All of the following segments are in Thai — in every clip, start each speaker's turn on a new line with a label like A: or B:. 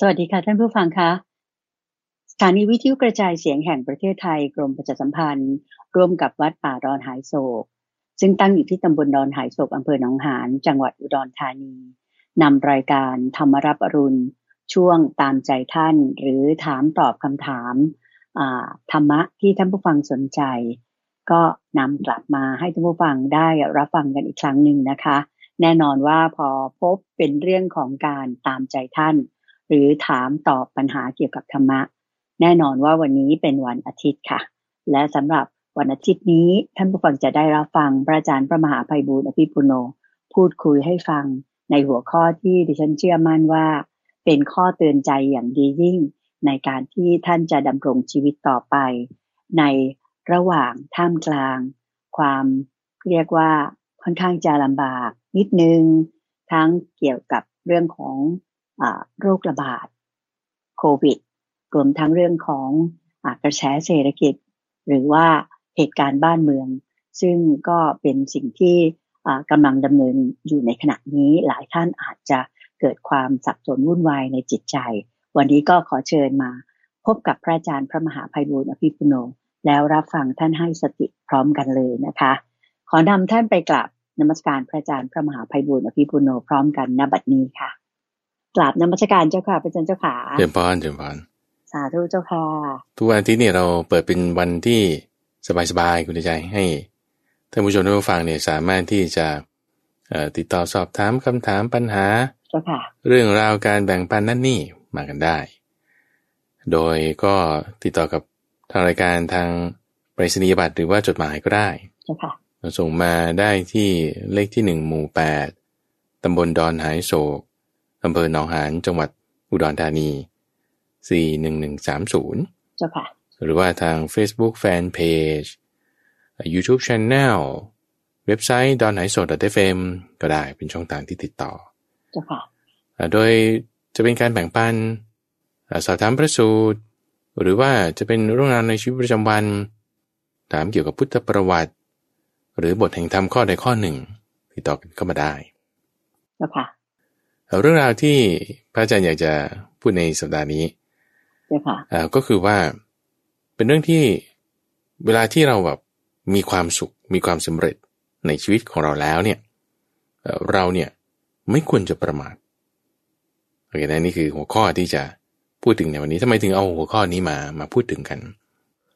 A: สวัสดีค่ะ ท่านผู้ฟังคะสถานีวิทยุกระจายเสียงแห่งประเทศไทยกรมประชาสัมพันธ์ ร่วมกับวัดป่าดอนหายโศก ซึ่งตั้งอยู่ที่ตำบลดอนหายโศกอำเภอหนองหานจังหวัดอุดรธานีนำรายการธรรมรับอรุณ ช่วงตามใจท่าน หรือถามตอบคำถามอ่าธรรมะที่ท่านผู้ฟังสนใจ ก็นำกลับมาให้ท่านผู้ฟังได้รับฟังกันอีกครั้งหนึ่งนะคะ แน่นอนว่าพอพบเป็นเรื่องของการตามใจท่าน หรือถามตอบปัญหาเกี่ยวกับธรรมะ แน่นอนว่าวันนี้เป็นวันอาทิตย์ค่ะ และสำหรับวันอาทิตย์นี้ท่านผู้ฟังจะได้รับฟังพระอาจารย์พระมหาไพบูลย์อภิปุโน พูดคุยให้ฟังในหัวข้อที่ดิฉันเชื่อมั่นว่า เป็นข้อเตือนใจอย่างดียิ่ง ในการที่ท่านจะดำรงชีวิตต่อไป ในระหว่างท่ามกลาง ความเรียกว่าค่อนข้างจะลำบากนิดนึง ทั้งเกี่ยวกับเรื่องของอาโรคระบาดโควิด รวมทั้งเรื่องของอากระแสเศรษฐกิจ หรือว่าเหตุการณ์บ้านเมือง ซึ่งก็เป็นสิ่งที่อ่ากำลังดำเนินอยู่ในขณะนี้หลายท่านอาจจะเกิดความสับสนวุ่นวายในจิตใจ วันนี้ก็ขอเชิญมา พบกับพระอาจารย์พระมหาไพบูลย์อภิปุโน แล้วรับฟังท่านให้สติพร้อมกันเลยนะคะ ขอนำท่านไปกราบนมัสการพระอาจารย์พระมหาไพบูลย์อภิปุโนพร้อมกันณบัดนี้ค่ะกราบนมัสการเจ้าค่ะพระอาจารย์เจ้าค่ะ
B: เจริญพรเจริญพร
A: สาธุเจ้าค่ะ
B: ทุกวันอาทิตย์เนี่ยเราเปิดเป็นวันที่สบายๆคุณใจให้ท่านผู้ชมท่านผู้ฟังเนี่ยสามารถที่จะเอ่อติดต่อสอบถามคำถามปัญหา
A: เจ้าค่ะ
B: เรื่องราวการแบ่งปันนั่นนี่มากันได้ โดยก็ติดต่อกับทางรายการทางไปรษณียบัตรหรือว่าจดหมายก็ได้
A: เจ้าค่ะ
B: เราส่งมาได้ที่เลขที่ 1 หมู่ 8 ตำบลดอนหายโศก อำเภอหนองหาน จังหวัดอุดรธานี 41130
A: เจ้าค่ะ
B: หรือว่าทาง Facebook Fan Page YouTube Channel เว็บไซต์ดอนหายโศก .fm ก็ได้เป็นช่องทางที่ติดต่อ
A: เจ้าค่ะ
B: อ่าโดยจะเป็นการแบ่งปันอ่าสอบถามพระสูตร หรือว่าจะเป็นเรื่องราวในชีวิตประจำวัน ถามเกี่ยวกับพุทธประวัติ หรือบทแห่งธรรมข้อใดข้อหนึ่งติดต่อกันเข้ามาได้
A: เจ้าค่ะ
B: เอ่อเรื่องราวที่พระอาจารย์อยากจะพูดในสัปดาห์นี้
A: เจ้าค่ะ
B: อ่าก็คือว่าเป็นเรื่องที่เวลาที่เราแบบมีความสุขมีความสำเร็จในชีวิตของเราแล้วเนี่ยเอ่อเราเนี่ยไม่ควรจะประมาท โอเคนะนี่คือหัวข้อที่จะพูดถึงในวันนี้ทำไมถึงเอาหัวข้อนี้มามาพูดถึงกัน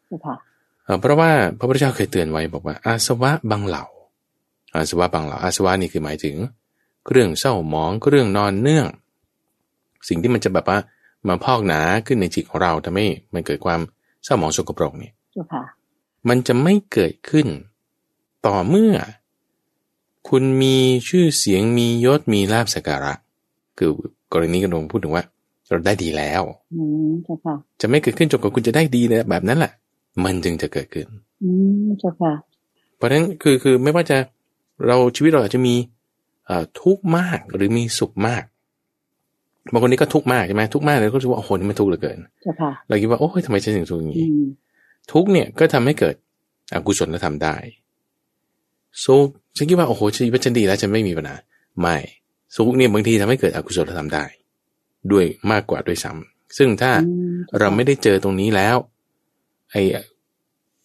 A: เจ้าค่ะ
B: เอ่อเพราะว่าพระพุทธเจ้าเคยเตือนไว้บอกว่าอาสวะบางเหล่า อาสวะบางเหล่า อาสวะนี่คือหมายถึงเครื่องเศร้าหมองเครื่องนอนเนื่อง สิ่งที่มันจะแบบว่ามาพอกหนาขึ้นในจิตของเราทำให้มันเกิดความเศร้าหมองสกปรกเนี่ย
A: เจ้าค่ะ
B: มันจะไม่เกิดขึ้นต่อเมื่อ คุณมีชื่อเสียงมียศมีลาบสักการะ คือกรณีกำลังพูดถึงว่า เราได้ดีแล้ว
A: อืม เจ้าค่ะ
B: จะไม่เกิดขึ้นจนกว่าคุณจะได้ดีนะแบบนั้นแหละมันจึงจะเกิดขึ้น
A: อืม เจ้าค่ะ
B: เพราะฉะนั้นคือคือไม่ว่าจะเราชีวิตเราอาจจะมีเอ่อทุกข์มากหรือมีสุขมากบางคนนี่ก็ทุกข์มากใช่ไหมทุกข์มากเลยก็รู้สึกว่าโอ้โหนี่มันทุกข์เหลือเกิน
A: เจ้าค่ะ
B: เราคิดว่าโอ้ยทำไมฉันถึงทุกข์อย่าง
A: อื
B: นี้
A: ม
B: ทุกข์เนี่ยก็ทำให้เกิดอกุศลธรรมได้สุขฉันคิดว่าโอ้โหชีวิตฉันดีแล้วฉันไม่มีปัญหาไม่สุขเนี่ยบางทีทำให้เกิดอกุศลธรรมได้ ด้วยมากกว่าด้วยซ้ำซึ่งถ้า
A: อืม
B: เราไม่ได้เจอตรงนี้แล้ว ไอ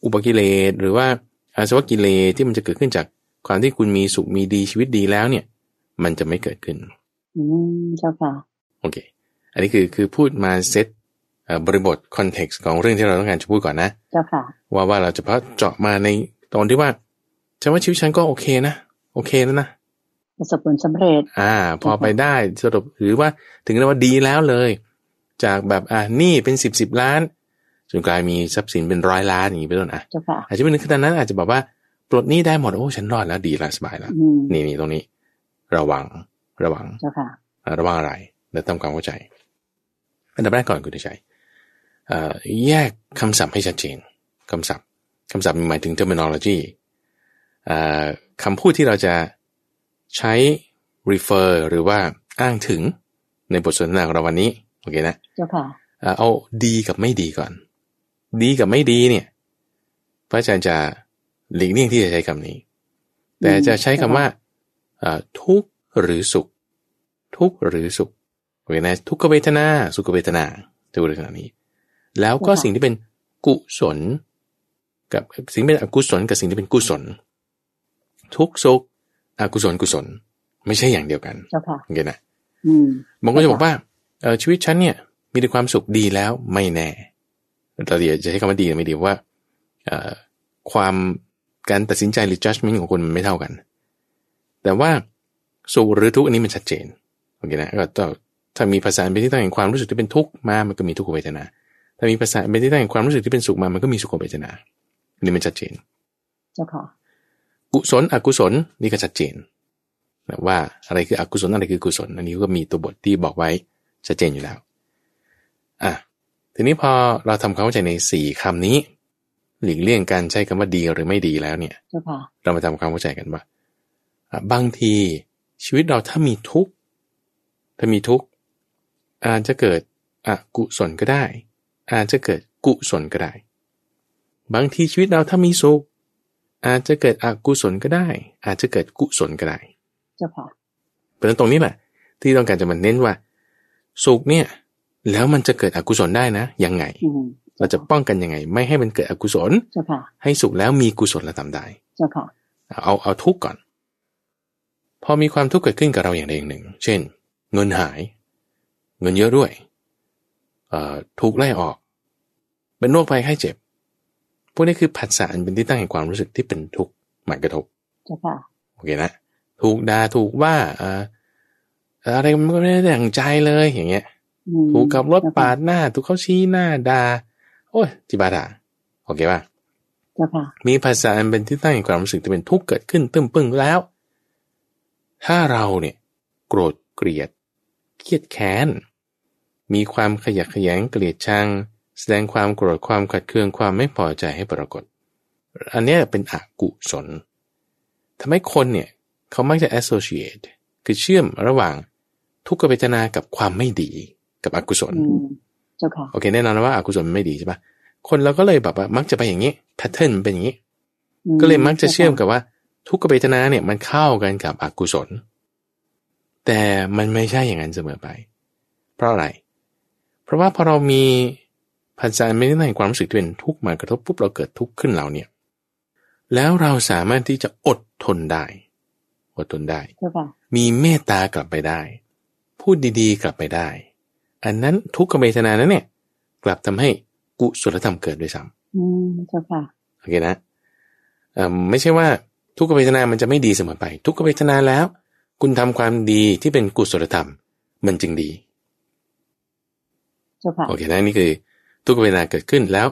B: อุปกิเลสหรือว่าอาสวะกิเลสที่มันจะเกิดขึ้นจากความที่คุณมีสุขมีดีชีวิตดีแล้วเนี่ย มันจะไม่เกิดขึ้น
A: อืม เจ้าค่ะ
B: โอเค อันนี้คือคือพูดมาเซตเอ่อบริบทคอนเท็กซ์ของเรื่องที่เราต้องการจะพูดก่อนนะ
A: เจ้าค่ะ
B: ว่าว่าเราจะพาะเจาะมาในตอนที่ว่าฉันว่าชีวิตฉันก็โอเคนะโอเคแล้วนะ
A: ประสบผลสำเร็จ
B: อ่า พอไปได้สรุปหรือว่าถึงเรียกว่าดีแล้วเลย จากแบบอ่าหนี่เป็นสิบสิบล้านจนกลายมีทรัพย์สินเป็นร้อยล้านอย่างนี้เป็นต้นอ่ะ
A: เจ้าค่ะ
B: อาจจะเป็นขนาดนั้นอาจจะบอกว่าปลดหนี้ได้หมดโอ้ฉันรอดแล้วดีละสบายแล้ว
A: อืม
B: นี่นี่ตรงนี้ ระวังระวัง
A: เจ้าค่ะ
B: เอ่อระวังอะไรและทำความเข้าใจ อันดับแรกก่อนคุณชัยเอ่อแยกคำศัพท์ให้ชัดเจนคำศัพท์คำศัพท์หมายถึง terminology เอ่อคำพูดที่เราจะใช้ refer หรือว่าอ้างถึงในบทสนทนาของเราวันนี้โอเคนะ
A: เจ้าค่ะ
B: เอ่อเอาดีกับไม่ดีก่อน ดีกับไม่ดีเนี่ย พระอาจารย์จะหลีกเลี่ยงที่จะใช้คำนี้ แต่จะใช้คำว่าเอ่อทุกข์หรือสุข ทุกข์หรือสุข เวทนาทุกขเวทนาสุขเวทนาจะพูดในขณะนี้ แล้วก็
A: ค่ะ
B: สิ่งที่เป็นกุศล กับสิ่งที่เป็นอกุศลกับสิ่งที่เป็นกุศล ทุกข์สุขอกุศลกุศล ไม่ใช่อย่างเดียวกัน
A: เจ้าค่ะ
B: โอเคนะ
A: อืม
B: บางคนจะบอกว่าเออชีวิตฉันเนี่ยมีแต่ความสุขดีแล้วไม่แน่เราเดี๋ยวจะใช้คำว่าดีหรือไม่ดีเพราะว่าเอ่อความการตัดสินใจหรือ judgment ของคนมันไม่เท่ากัน แต่ว่าสุขหรือทุกข์อันนี้มันชัดเจนโอเคนะก็ต้องถ้ามีภาษาเป็นที่ตั้งแห่งความรู้สึกที่เป็นทุกข์มามันก็มีทุกขเวทนา ถ้ามีภาษาเป็นที่ตั้งแห่งความรู้สึกที่เป็นสุขมามันก็มีสุขเวทนาอันนี้มันชัดเจน
A: เจ้าค่ะ
B: กุศลอกุศลนี่ก็ชัดเจนนะว่าอะไรคืออกุศลอะไรคือกุศล อันนี้ก็มีตัวบทที่บอกไว้ชัดเจนอยู่แล้วอ่ะทีนี้พอเราทำความเข้าใจในสี่คำนี้ หลีกเลี่ยงการใช้คำว่าดีหรือไม่ดีแล้วเนี่ย
A: เจ้าค่ะ
B: เรามาทำความเข้าใจกันว่าอ่ะบางทีชีวิตเราถ้ามีทุกข์ถ้ามีทุกข์อาจจะเกิดอกุศลก็ได้ อาจจะเกิดกุศลก็ได้ บางทีชีวิตเราถ้ามีสุขอาจจะเกิดอกุศลก็ได้ อาจจะเกิดกุศลก็ได้
A: เจ้าค่ะ
B: เพราะฉะนั้นตรงนี้แหละที่ต้องการจะมาเน้นว่า สุขเนี่ยแล้วมันจะเกิดอกุศลได้นะยังไง
A: อืม
B: เราจะป้องกันยังไง ไม่ให้มันเกิดอกุศล
A: เจ้าค่ะ
B: ให้สุขแล้วมีกุศลและทำได้
A: เจ้าค่ะ
B: เอาเอาทุกข์ก่อน พอมีความทุกข์เกิดขึ้นกับเราอย่างใดอย่างหนึ่ง เช่น เงินหาย เงินเยอะด้วยเอ่อถูกไล่ออก เป็นโรคภัยไข้เจ็บ พวกนี้คือผัสสะอันเป็นที่ตั้งแห่งความรู้สึกที่เป็นทุกข์หมากระทบ
A: เจ้าค่ะ
B: โอเคนะถูกด่าถูกว่าเอ่ออะไรมันก็ไม่ได้ดั่งใจเลยอย่างเงี้ย
A: อืม
B: ถูกขับรถ
A: เจ้ค่ะ
B: ปาดหน้า ถูกเขาชี้หน้าด่าโอ้ยจิบาดาโอเคป่ะ
A: เจ้าค่ะ
B: มีภาษาอันเป็นที่ตั้งแห่งความรู้สึกที่เป็นทุกข์เกิดขึ้นตึมปึ้งแล้ว ถ้าเราเนี่ยโกรธเกลียด เครียดแค้น มีความขยะแขยงเกลียดชัง แสดงความโกรธความขัดเคืองความไม่พอใจให้ปรากฏ อันเนี้ยเป็นอกุศลทำให้คนเนี่ยเขามักจะ associate คือเชื่อมระหว่างทุกขเวทนากับความไม่ดีกับอกุศล
A: อืม เจ้าค่ะ
B: โอเคแน่นอนว่าอกุศลมันไม่ดีใช่ปะคนเราก็เลยแบบว่ามักจะไปอย่างนี้แพทเทิร์นเป็นอย่างนี้
A: อื
B: ก็เลยมักจะเชื่อม
A: จ้าค่
B: กับว่า ทุกขเวทนาเนี่ยมันเข้ากันกับอกุศล แต่มันไม่ใช่อย่างนั้นเสมอไป เพราะอะไร เพราะว่าพอเรามีพันธะไม่ได้ในความรู้สึกที่เป็นทุกข์มากระทบปุ๊บเราเกิดทุกข์ขึ้นเราเนี่ย แล้วเราสามารถที่จะอดทนได้ อดทนได้
A: เจ้าค่ะ
B: มีเมตตากลับไปได้ พูดดีๆ กลับไปได้ อันนั้นทุกขเวทนานั้นเนี่ย กลับทำให้กุศลธรรมเกิดด้วยซ้ำ
A: อืม เจ้าค่ะ
B: โอเคนะเอ่อไม่ใช่ว่าทุกขเวทนามันจะไม่ดีเสมอไป ทุกขเวทนาแล้ว คุณทำความดีที่เป็นกุศลธรรม มันจึงดี
A: เจ้าค่ะ
B: โอเคนะนี่คือ ทุกขเวทนาเกิดขึ้นแล้ว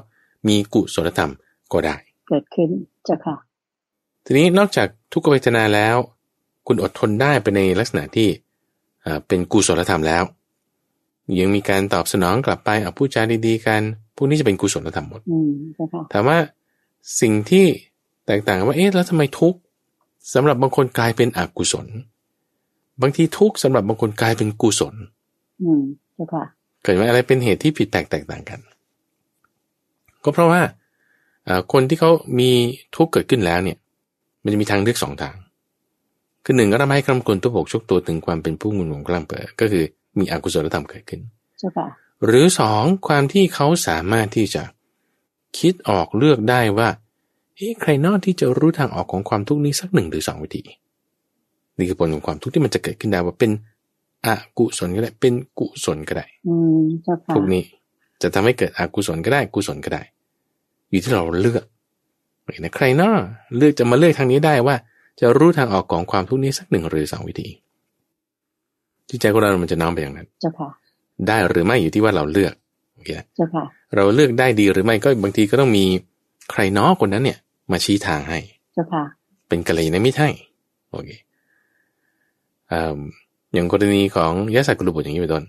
B: มีกุศลธรรมก็ได้
A: เกิดขึ้น เจ้าค่ะ
B: ทีนี้นอกจากทุกขเวทนาแล้ว คุณอดทนได้ไปในลักษณะที่เอ่อเป็นกุศลธรรมแล้ว ยังมีการตอบสนองกลับไปเอาพูดจาดีๆกันพวกนี้จะเป็นกุศลธรรมหมด
A: อืม เจ้าค่ะ
B: ถามว่าสิ่งที่แตกต่างว่าเอ๊ะแล้วทำไมทุกข์สำหรับบางคนกลายเป็นอกุศล บางทีทุกข์สำหรับบางคนกลายเป็นกุศล
A: อืม เจ้าค่ะ
B: เกิดว่าอะไรเป็นเหตุที่ผิดแปลกแตกต่างกัน ก็เพราะว่าเอ่อคนที่เขามีทุกข์เกิดขึ้นแล้วเนี่ย มันจะมีทางเลือกสองทาง คือหนึ่งก็ทำให้กำกลตัวบกชกตัวถึงความเป็นผู้งุนของกล้ามเปิดก็คือมีอกุศลธรรมเกิดขึ้น
A: เจ้าค่ะ
B: หรือสองความที่เขาสามารถที่จะคิดออกเลือกได้ว่าเฮ้ยใครนอกที่จะรู้ทางออกของความทุกข์นี้สักหนึ่งหรือสองวิธีนี่คือผลของความทุกข์ที่มันจะเกิดขึ้นได้ว่าเป็นอกุศลก็ได้เป็นกุศลก็ได้
A: อืม เจ้าค่ะ
B: ทุกข์นี้จะทำให้เกิดอกุศลก็ได้กุศลก็ได้ อยู่ที่เราเลือกเห็นนะใครเนาะเลือกจะมาเลือกทางนี้ได้ว่า จะรู้ทางออกของความทุกข์นี้สักหนึ่งหรือสองวิธีที่ใจของเรามันจะน้อมไปอย่างนั้น
A: เจ้าค่ะ
B: ได้หรือไม่อยู่ที่ว่าเราเลือกโอเคนะ
A: เจ้าค่ะ
B: เราเลือกได้ดีหรือไม่ก็บางทีก็ต้องมีใครเน้อคนนั้นเนี่ย มาชี้ทางให้
A: เจ้าค่ะ
B: เป็นกัลยาณมิตรให้โอเคเอิ่มอย่างกรณีของยะสักกุลบุตรอย่างนี้เป็นต้น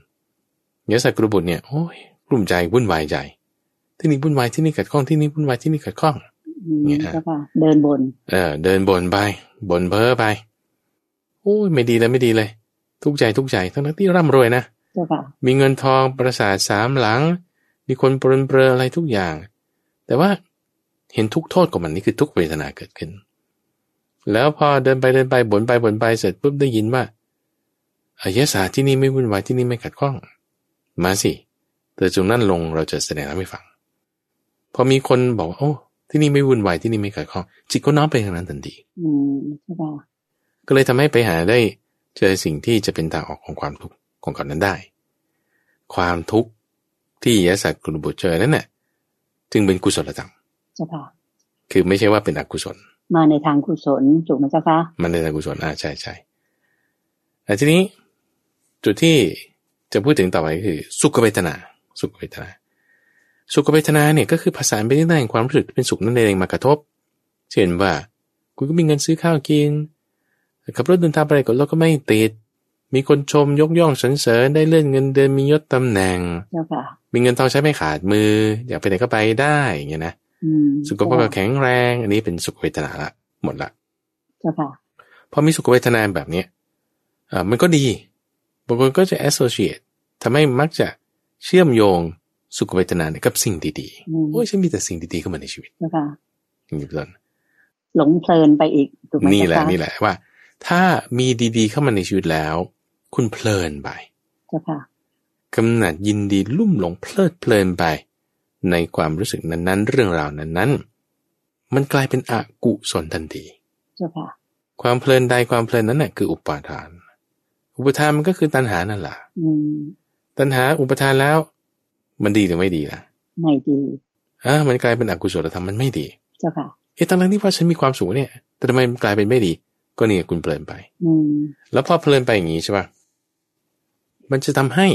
B: ยะสักกุลบุตรเนี่ยโอ้ยกลุ่มใจวุ่นวายใจ ที่นี่วุ่นวายที่นี่ขัดข้องที่นี่วุ่นวายที่นี่ขัดข้อง
A: อืม
B: เนี่ยฮะ
A: เจ้าค่ะ เดินบน
B: เออเดินบนไปบนเพ้อไปโอ้ยไม่ดีเลยไม่ดีเลย ทุกข์ใจทุกข์ใจทั้งๆที่ร่ำรวยนะ
A: เจ้าค่ะ
B: มีเงินทองประสาทสามหลัง มีคนปรนเปรออะไรทุกอย่าง แต่ว่าเห็นทุกโทษของมันนี่คือทุกเวทนาเกิดขึ้น แล้วพอเดินไปเดินไปบ่นไปบ่นไปเสร็จปุ๊บได้ยินว่า อายศาสตร์ที่นี่ไม่วุ่นวายที่นี่ไม่ขัดข้อง มาสิเธอจงนั่นลงเราจะแสดงให้ฟัง พอมีคนบอกว่าโอ้ ที่นี่ไม่วุ่นวายที่นี่ไม่ขัดข้อง จิตก็น้อมไปทางนั้นทันที
A: อืมใช่ป่ะ
B: ก็เลยทำให้ไปหาได้เจอสิ่งที่จะเป็นทางออกของความทุกข์ของเขานั้นได้ ความทุกข์ที่ยศาสตร์กุลบุตรเจอนั่นน่ะจึงเป็นกุศลธรรม
A: ใช่ป่ะ
B: คือไม่ใช่ว่าเป็นอกุศล
A: มาในทางกุศลถูกไหมเจ้าคะ
B: มันในทางกุศลอ่าใช่ใช่แต่ทีนี้จุดที่จะพูดถึงต่อไปคือ สุขเวทนา สุขเวทนา สุขเวทนาเนี่ยก็คือผสานไปที่หน้าแห่งความรู้สึกที่เป็นสุขนั่นเองมากระทบ เช่นว่า คุณก็มีเงินซื้อข้าวกินขับรถเดินทางไปไหนก็รถก็ไม่ติด มีคนชมยกย่องสรรเสริญได้เลื่อนเงินเดือนมียศตำแหน่ง
A: เจ้าค่ะ
B: มีเงินทองใช้ไม่ขาดมือ อยากไปไหนก็ไปได้อย่างเงี้ยนะ
A: อืม
B: สุขภาพก็แข็งแรง อันนี้เป็นสุขเวทนาละหมดละ
A: เจ้าค่ะ
B: พอมีสุขเวทนาแบบเนี้ยเอ่อมันก็ดี บางคนก็จะ associate ทำให้มักจะเชื่อมโยงสุขเวทนาเนี่ยกับสิ่งดี
A: อืม
B: ๆ โอ้ยฉันมีแต่สิ่งดีๆเข้ามาในชีวิต
A: เจ้าค่ะ
B: อย่างนี้เป็นต้น
A: หลงเพลินไปอีกถูกไหม
B: นี่แหละ
A: เจ้าค่
B: นี่แหละว่า ถ้ามีดีๆเข้ามาในชีวิตแล้ว คุณเพลินไป
A: เจ้าค่ะ
B: กำหนัดยินดีลุ่มหลงเพลิดเพลินไป ในความรู้สึกนั้นๆ เรื่องราวนั้นๆ มันกลายเป็นอกุศลทันที
A: เจ้าค่ะ
B: ความเพลินใดความเพลินนั้นน่ะคืออุปาทาน อุปทานมันก็คือตัณหานั่นแหละ
A: อืม
B: ตัณหาอุปทานแล้ว มันดีหรือไม่ดีล่ะ
A: ไม่ดี
B: อ่ามันกลายเป็นอกุศลธรรมมันไม่ดี
A: เจ้าค่ะ
B: เอ๊ะตั้งๆที่ว่าฉันมีความสุขเนี่ย แต่ทำไมมันกลายเป็นไม่ดี ก็เนี่ยคุณเพลินไป
A: อืม
B: แล้วพอเพลินไปอย่างนี้ใช่ป่ะมันจะทำให้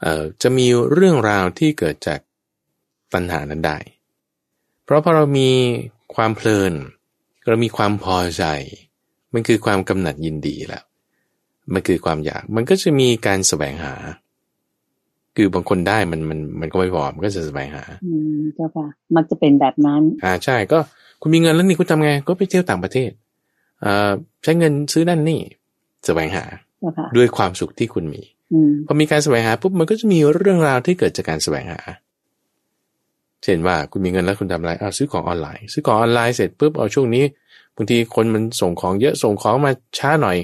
B: เอ่อจะมีเรื่องราวที่เกิดจากตัณหานั้นได้ เพราะพอเรามีความเพลิน เรามีความพอใจ มันคือความกำหนัดยินดีแล้ว มันคือความอยาก มันก็จะมีการแสวงหา คือบางคนได้มันมันมันก็ไม่พอมันก็จะแสวงหา
A: อืมเจ้าค่ะ มักจะเป็นแบบนั้น
B: อ่าใช่ก็คุณมีเงินแล้วนี่คุณทำไงก็ไปเที่ยวต่างประเทศเอ่อใช้เงินซื้อนั่นนี่แสวงหา
A: เจ้าค่ะ
B: ด้วยความสุขที่คุณมี
A: อืม
B: พอมีการแสวงหาปุ๊บมันก็จะมีเรื่องราวที่เกิดจากการแสวงหา เช่นว่าคุณมีเงินแล้วคุณทำอะไรอ้าวซื้อของออนไลน์ ซื้อของออนไลน์เสร็จปุ๊บเอาช่วงนี้บางทีคนมันส่งของเยอะส่งของมาช้าหน่อย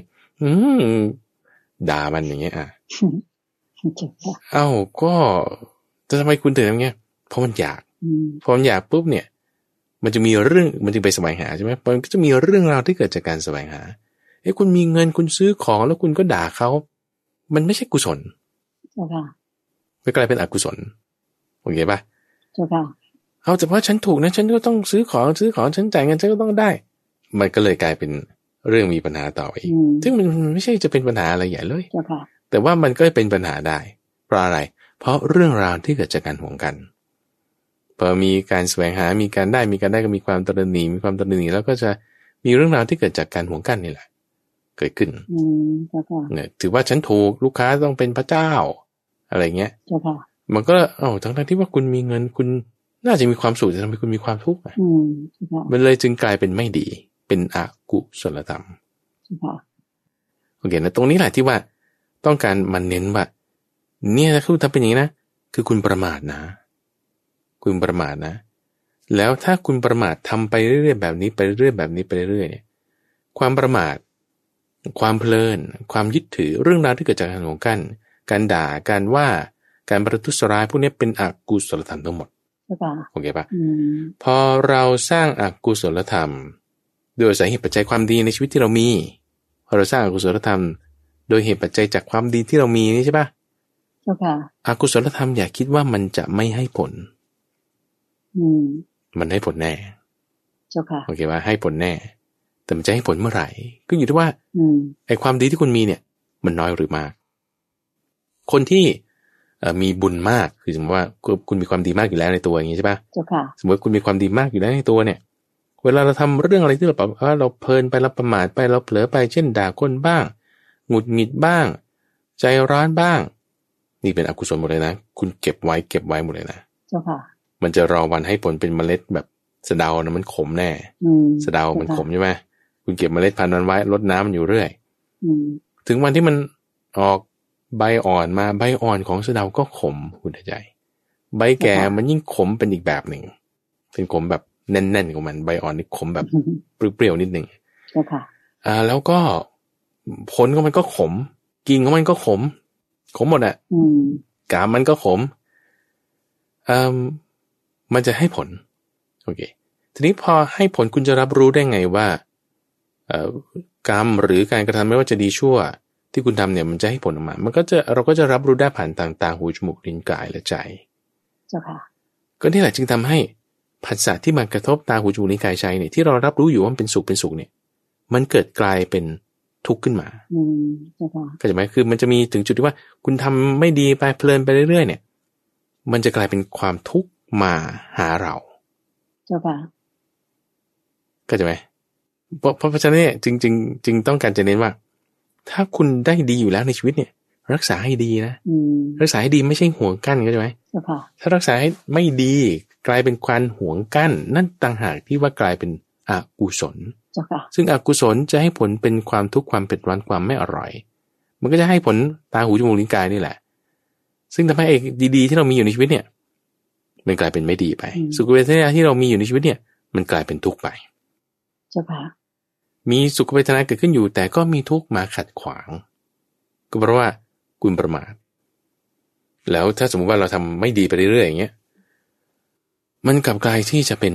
B: อืมด่ามันอย่างเงี้ยอ่ะ
A: เจ้าค่ะ
B: เอ้าก็แต่ทำไมคุณถึงทำเงี้ยเพราะมันอยาก
A: อืม
B: พอมันอยากปุ๊บเนี่ย มันจะมีเรื่องมันจึงไปแสวงหาใช่ไหมมันก็จะมีเรื่องราวที่เกิดจากการแสวงหาเอ้คุณมีเงินคุณซื้อของแล้วคุณก็ด่าเขามันไม่ใช่กุศล
A: เจ้าค่ะ
B: มันกลายเป็นอกุศลโอเคปะ
A: เจ้าค่ะ
B: เอาแต่ว่าฉันถูกนะ ฉันก็ต้องซื้อของซื้อของฉันจ่ายเงินฉันก็ต้องได้ มันก็เลยกลายเป็นเรื่องมีปัญหาต่อไปอีก
A: อืม
B: ซึ่งมันมันไม่ใช่จะเป็นปัญหาอะไรใหญ่เลย
A: เจ้าค่ะ
B: แต่ว่ามันก็เป็นปัญหาได้ เพราะอะไร เพราะเรื่องราวที่เกิดจากการห่วงกัน พอมีการแสวงหา มีการได้ มีการได้ก็มีความตระหนี่มีความตระหนี่แล้วก็จะมีเรื่องราวที่เกิดจากการห่วงกันนี่แหละ เกิดขึ้น
A: อืมเจ้าค่ะ
B: เนี่ยถือว่าฉันถูกลูกค้าต้องเป็นพระเจ้า อะไรเงี้ย
A: เจ้าค่ะ
B: มันก็เอ้าทั้งๆที่ว่าคุณมีเงินคุณน่าจะมีความสุขแต่ทำไมคุณมีความทุกข์อะ
A: อืมเจ้าค่ะ
B: มันเลยจึงกลายเป็นไม่ดี เป็นอกุศลธรรม
A: เจ้าค่ะ
B: โอเคนะตรงนี้แหละที่ว่าต้องการมันเน้นว่าเนี่ยนะคือถ้าเป็นอย่างนี้นะคือคุณประมาทนะ คุณประมาทนะ แล้วถ้าคุณประมาททำไปเรื่อยๆแบบนี้ไปเรื่อยๆแบบนี้ไปเรื่อยๆเนี่ยความประมาท ความเพลิน ความยึดถือเรื่องราวที่เกิดจากการหวงกัน การด่าการว่าการประทุษร้ายพวกนี้เป็นอกุศลธรรมทั้งหมด
A: เจ้าค่ะ
B: โอเคปะ
A: อืม
B: พอเราสร้างอากุศลธรรม โดยสาเหตุปัจจัยความดีในชีวิตที่เรามีพอเราสร้างอากุศลธรรม โดยเหตุปัจจัยจากความดีที่เรามีนี่ใช่ปะ
A: เจ้าค่ะ
B: อากุศลธรรมอย่าคิดว่ามันจะไม่ให้ผล
A: อืม
B: มันให้ผลแน่
A: เจ้าค่ะ
B: โอเคปะให้ผลแน่ แต่มันจะให้ผลเมื่อไหร่ ก็อยู่ที่ว่า
A: อืม
B: ไอ้ความดีที่คุณมีเนี่ย มันน้อยหรือมาก คนที่เอ่อมีบุญมาก คือสมมติว่าคุณคุณมีความดีมากอยู่แล้วในตัวอย่างนี้ใช่ปะ
A: เจ้าค่ะ
B: สมมติคุณมีความดีมากอยู่แล้วในตัวเนี่ย เวลาเราทำเรื่องอะไรที่เราแบบว่าเราเพลินไปเราประมาทไปเราเผลอไปเช่นด่าคนบ้างหงุดหงิดบ้าง ใจร้อนบ้าง นี่เป็นอกุศลหมดเลยนะ คุณเก็บไว้เก็บไว้หมดเลยนะ
A: เจ้าค่ะ
B: มันจะรอวันให้ผลเป็นเมล็ดแบบสะเดานะมันขมแน่
A: อืม
B: สะเดามันขมใช่ไหมคุณเก็บเมล็ดพันธุ์มันไว้ลดน้ำมันอยู่เรื่อย
A: อืม
B: ถึงวันที่มันออกใบอ่อนมาใบอ่อนของสะเดาก็ขมคุณใจ ใบแก่มันยิ่งขมเป็นอีกแบบหนึ่ง เป็นขมแบบแน่นๆของมัน ใบอ่อนนี่ขมแบบเปรี้ยวๆนิดหนึ่ง
A: เจ้าค่ะ
B: อ่าแล้วก็ผลของมันก็ขม กิ่งของมันก็ขม ขมหมดอะ
A: อืม
B: กาบมันก็ขมเอ่มมันจะให้ผล โอเค ทีนี้พอให้ผลคุณจะรับรู้ได้ไงว่าเอ่อกรรมหรือการกระทำไม่ว่าจะดีชั่ว ที่คุณทำเนี่ยมันจะให้ผลออกมา มันก็จะเราก็จะรับรู้ได้ผ่านทางตาหูจมูกลิ้นกายและใจ
A: เจ้าค่ะ
B: ก็นี่แหละจึงทำให้ผัสสะที่มากระทบตาหูจมูกนิ้วกายใจเนี่ยที่เรารับรู้อยู่ว่ามันเป็นสุขเป็นสุขเนี่ย มันเกิดกลายเป็นทุกข์ขึ้นมา
A: อืม เจ้าค่ะ
B: เข้าใจไหมคือมันจะมีถึงจุดที่ว่า คุณทำไม่ดีไปเพลินไปเรื่อยๆ เนี่ย มันจะกลายเป็นความทุกข์มาหาเรา
A: เจ้าค่ะ
B: เข้าใจไหมเพราะเพราะเพราะฉะนั้นเนี่ยจึงจึงจึงต้องการจะเน้นว่า ถ้าคุณได้ดีอยู่แล้วในชีวิตเนี่ย รักษาให้ดีนะ
A: อืม
B: รักษาให้ดีไม่ใช่ห่วงกั้นเข้าใจไหม
A: เจ้าค่ะ
B: ถ้ารักษาให้ไม่ดีกลายเป็นการหวงกั้น นั่นต่างหากที่ว่ากลายเป็นอกุศล
A: เจ้าค่ะ
B: ซึ่งอกุศลจะให้ผลเป็นความทุกข์ความเผ็ดร้อนความไม่อร่อย มันก็จะให้ผลตาหูจมูกลิ้นกายนี่แหละ ซึ่งทำให้เอกดีๆ ที่เรามีอยู่ในชีวิตเนี่ย มันกลายเป็นไม่ดีไป
A: อืม
B: สุขเวทนาที่เรามีอยู่ในชีวิตเนี่ย มันกลายเป็นทุกข์ไป
A: เจ้าค่ะ
B: มีสุขเวทนาเกิดขึ้นอยู่ แต่ก็มีทุกข์มาขัดขวาง ก็เพราะว่าคุณประมาทแล้วถ้าสมมุติว่าเราทำไม่ดีไปเรื่อยๆอย่างเงี้ยมันกลับกลายที่จะเป็น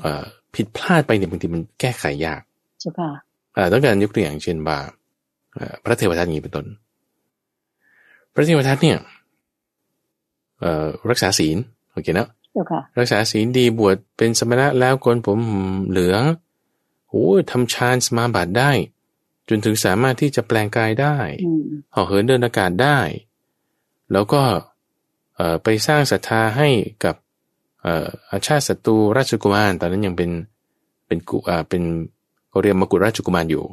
B: เอ่อผิดพลาดไปเนี่ยบางทีมันแก้ไขยาก
A: เจ้าค่ะ
B: เอ่อต้องการยกตัวอย่างเช่นว่าเอ่อพระเทวทัตอย่างนี้เป็นต้น พระเทวทัตเนี่ยเอ่อรักษาศีลโอเคเนอะ
A: เจ้าค่ะ
B: รักษาศีลดีบวชเป็นสมณะแล้วโกนผมเหลืองโอ้ยทำฌานสมาบัติได้ จนถึงสามารถที่จะแปลงกายได้
A: อืม
B: ห่อเหินเดินอากาศได้ แล้วก็เอ่อไปสร้างศรัทธาให้กับเอ่ออาชาติศัตรูราชกุมาร ตอนนั้นยังเป็นเป็นกุอ่าเป็นเขาเรียกมกุฎราชกุมารอยู่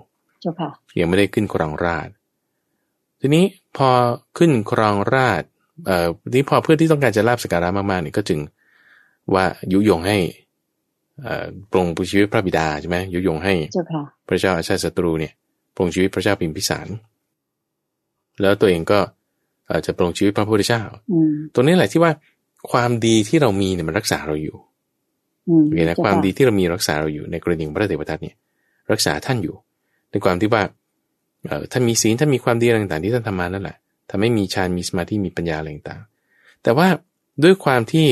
A: เจ้าค่ะ
B: ยังไม่ได้ขึ้นครองราชย์ทีนี้พอขึ้นครองราชย์เอ่อทีนี้พอเพื่อนที่ต้องการจะลาบสกการะมากๆเนี่ยก็จึงว่ายุยงให้เอ่อปรงชีวิตพระบิดาใช่ไหมยุยงให้
A: เจ้าค่ะ
B: พระเจ้าอาชาติศัตรูเนี่ยปรงชีวิตพระเจ้าพิมพิสาร แล้วตัวเองก็เอ่อจะปรงชีวิตพระพุทธเจ้า
A: อืม
B: ตรงนี้แหละที่ว่าความดีที่เรามีเนี่ยมันรักษาเราอยู่
A: อืม
B: โอเคนะ
A: จ้
B: ความดีที่เรามีรักษาเราอยู่ในกรณีของพระเทวทัตเนี่ยรักษาท่านอยู่ ในความที่ว่าเอ่อท่านมีศีลท่านมีความดีอะไรต่างๆที่ท่านทำมานั่นแหละทำให้มีฌานมีสมาธิมีปัญญาอะไรต่างๆแต่ว่าด้วยความที่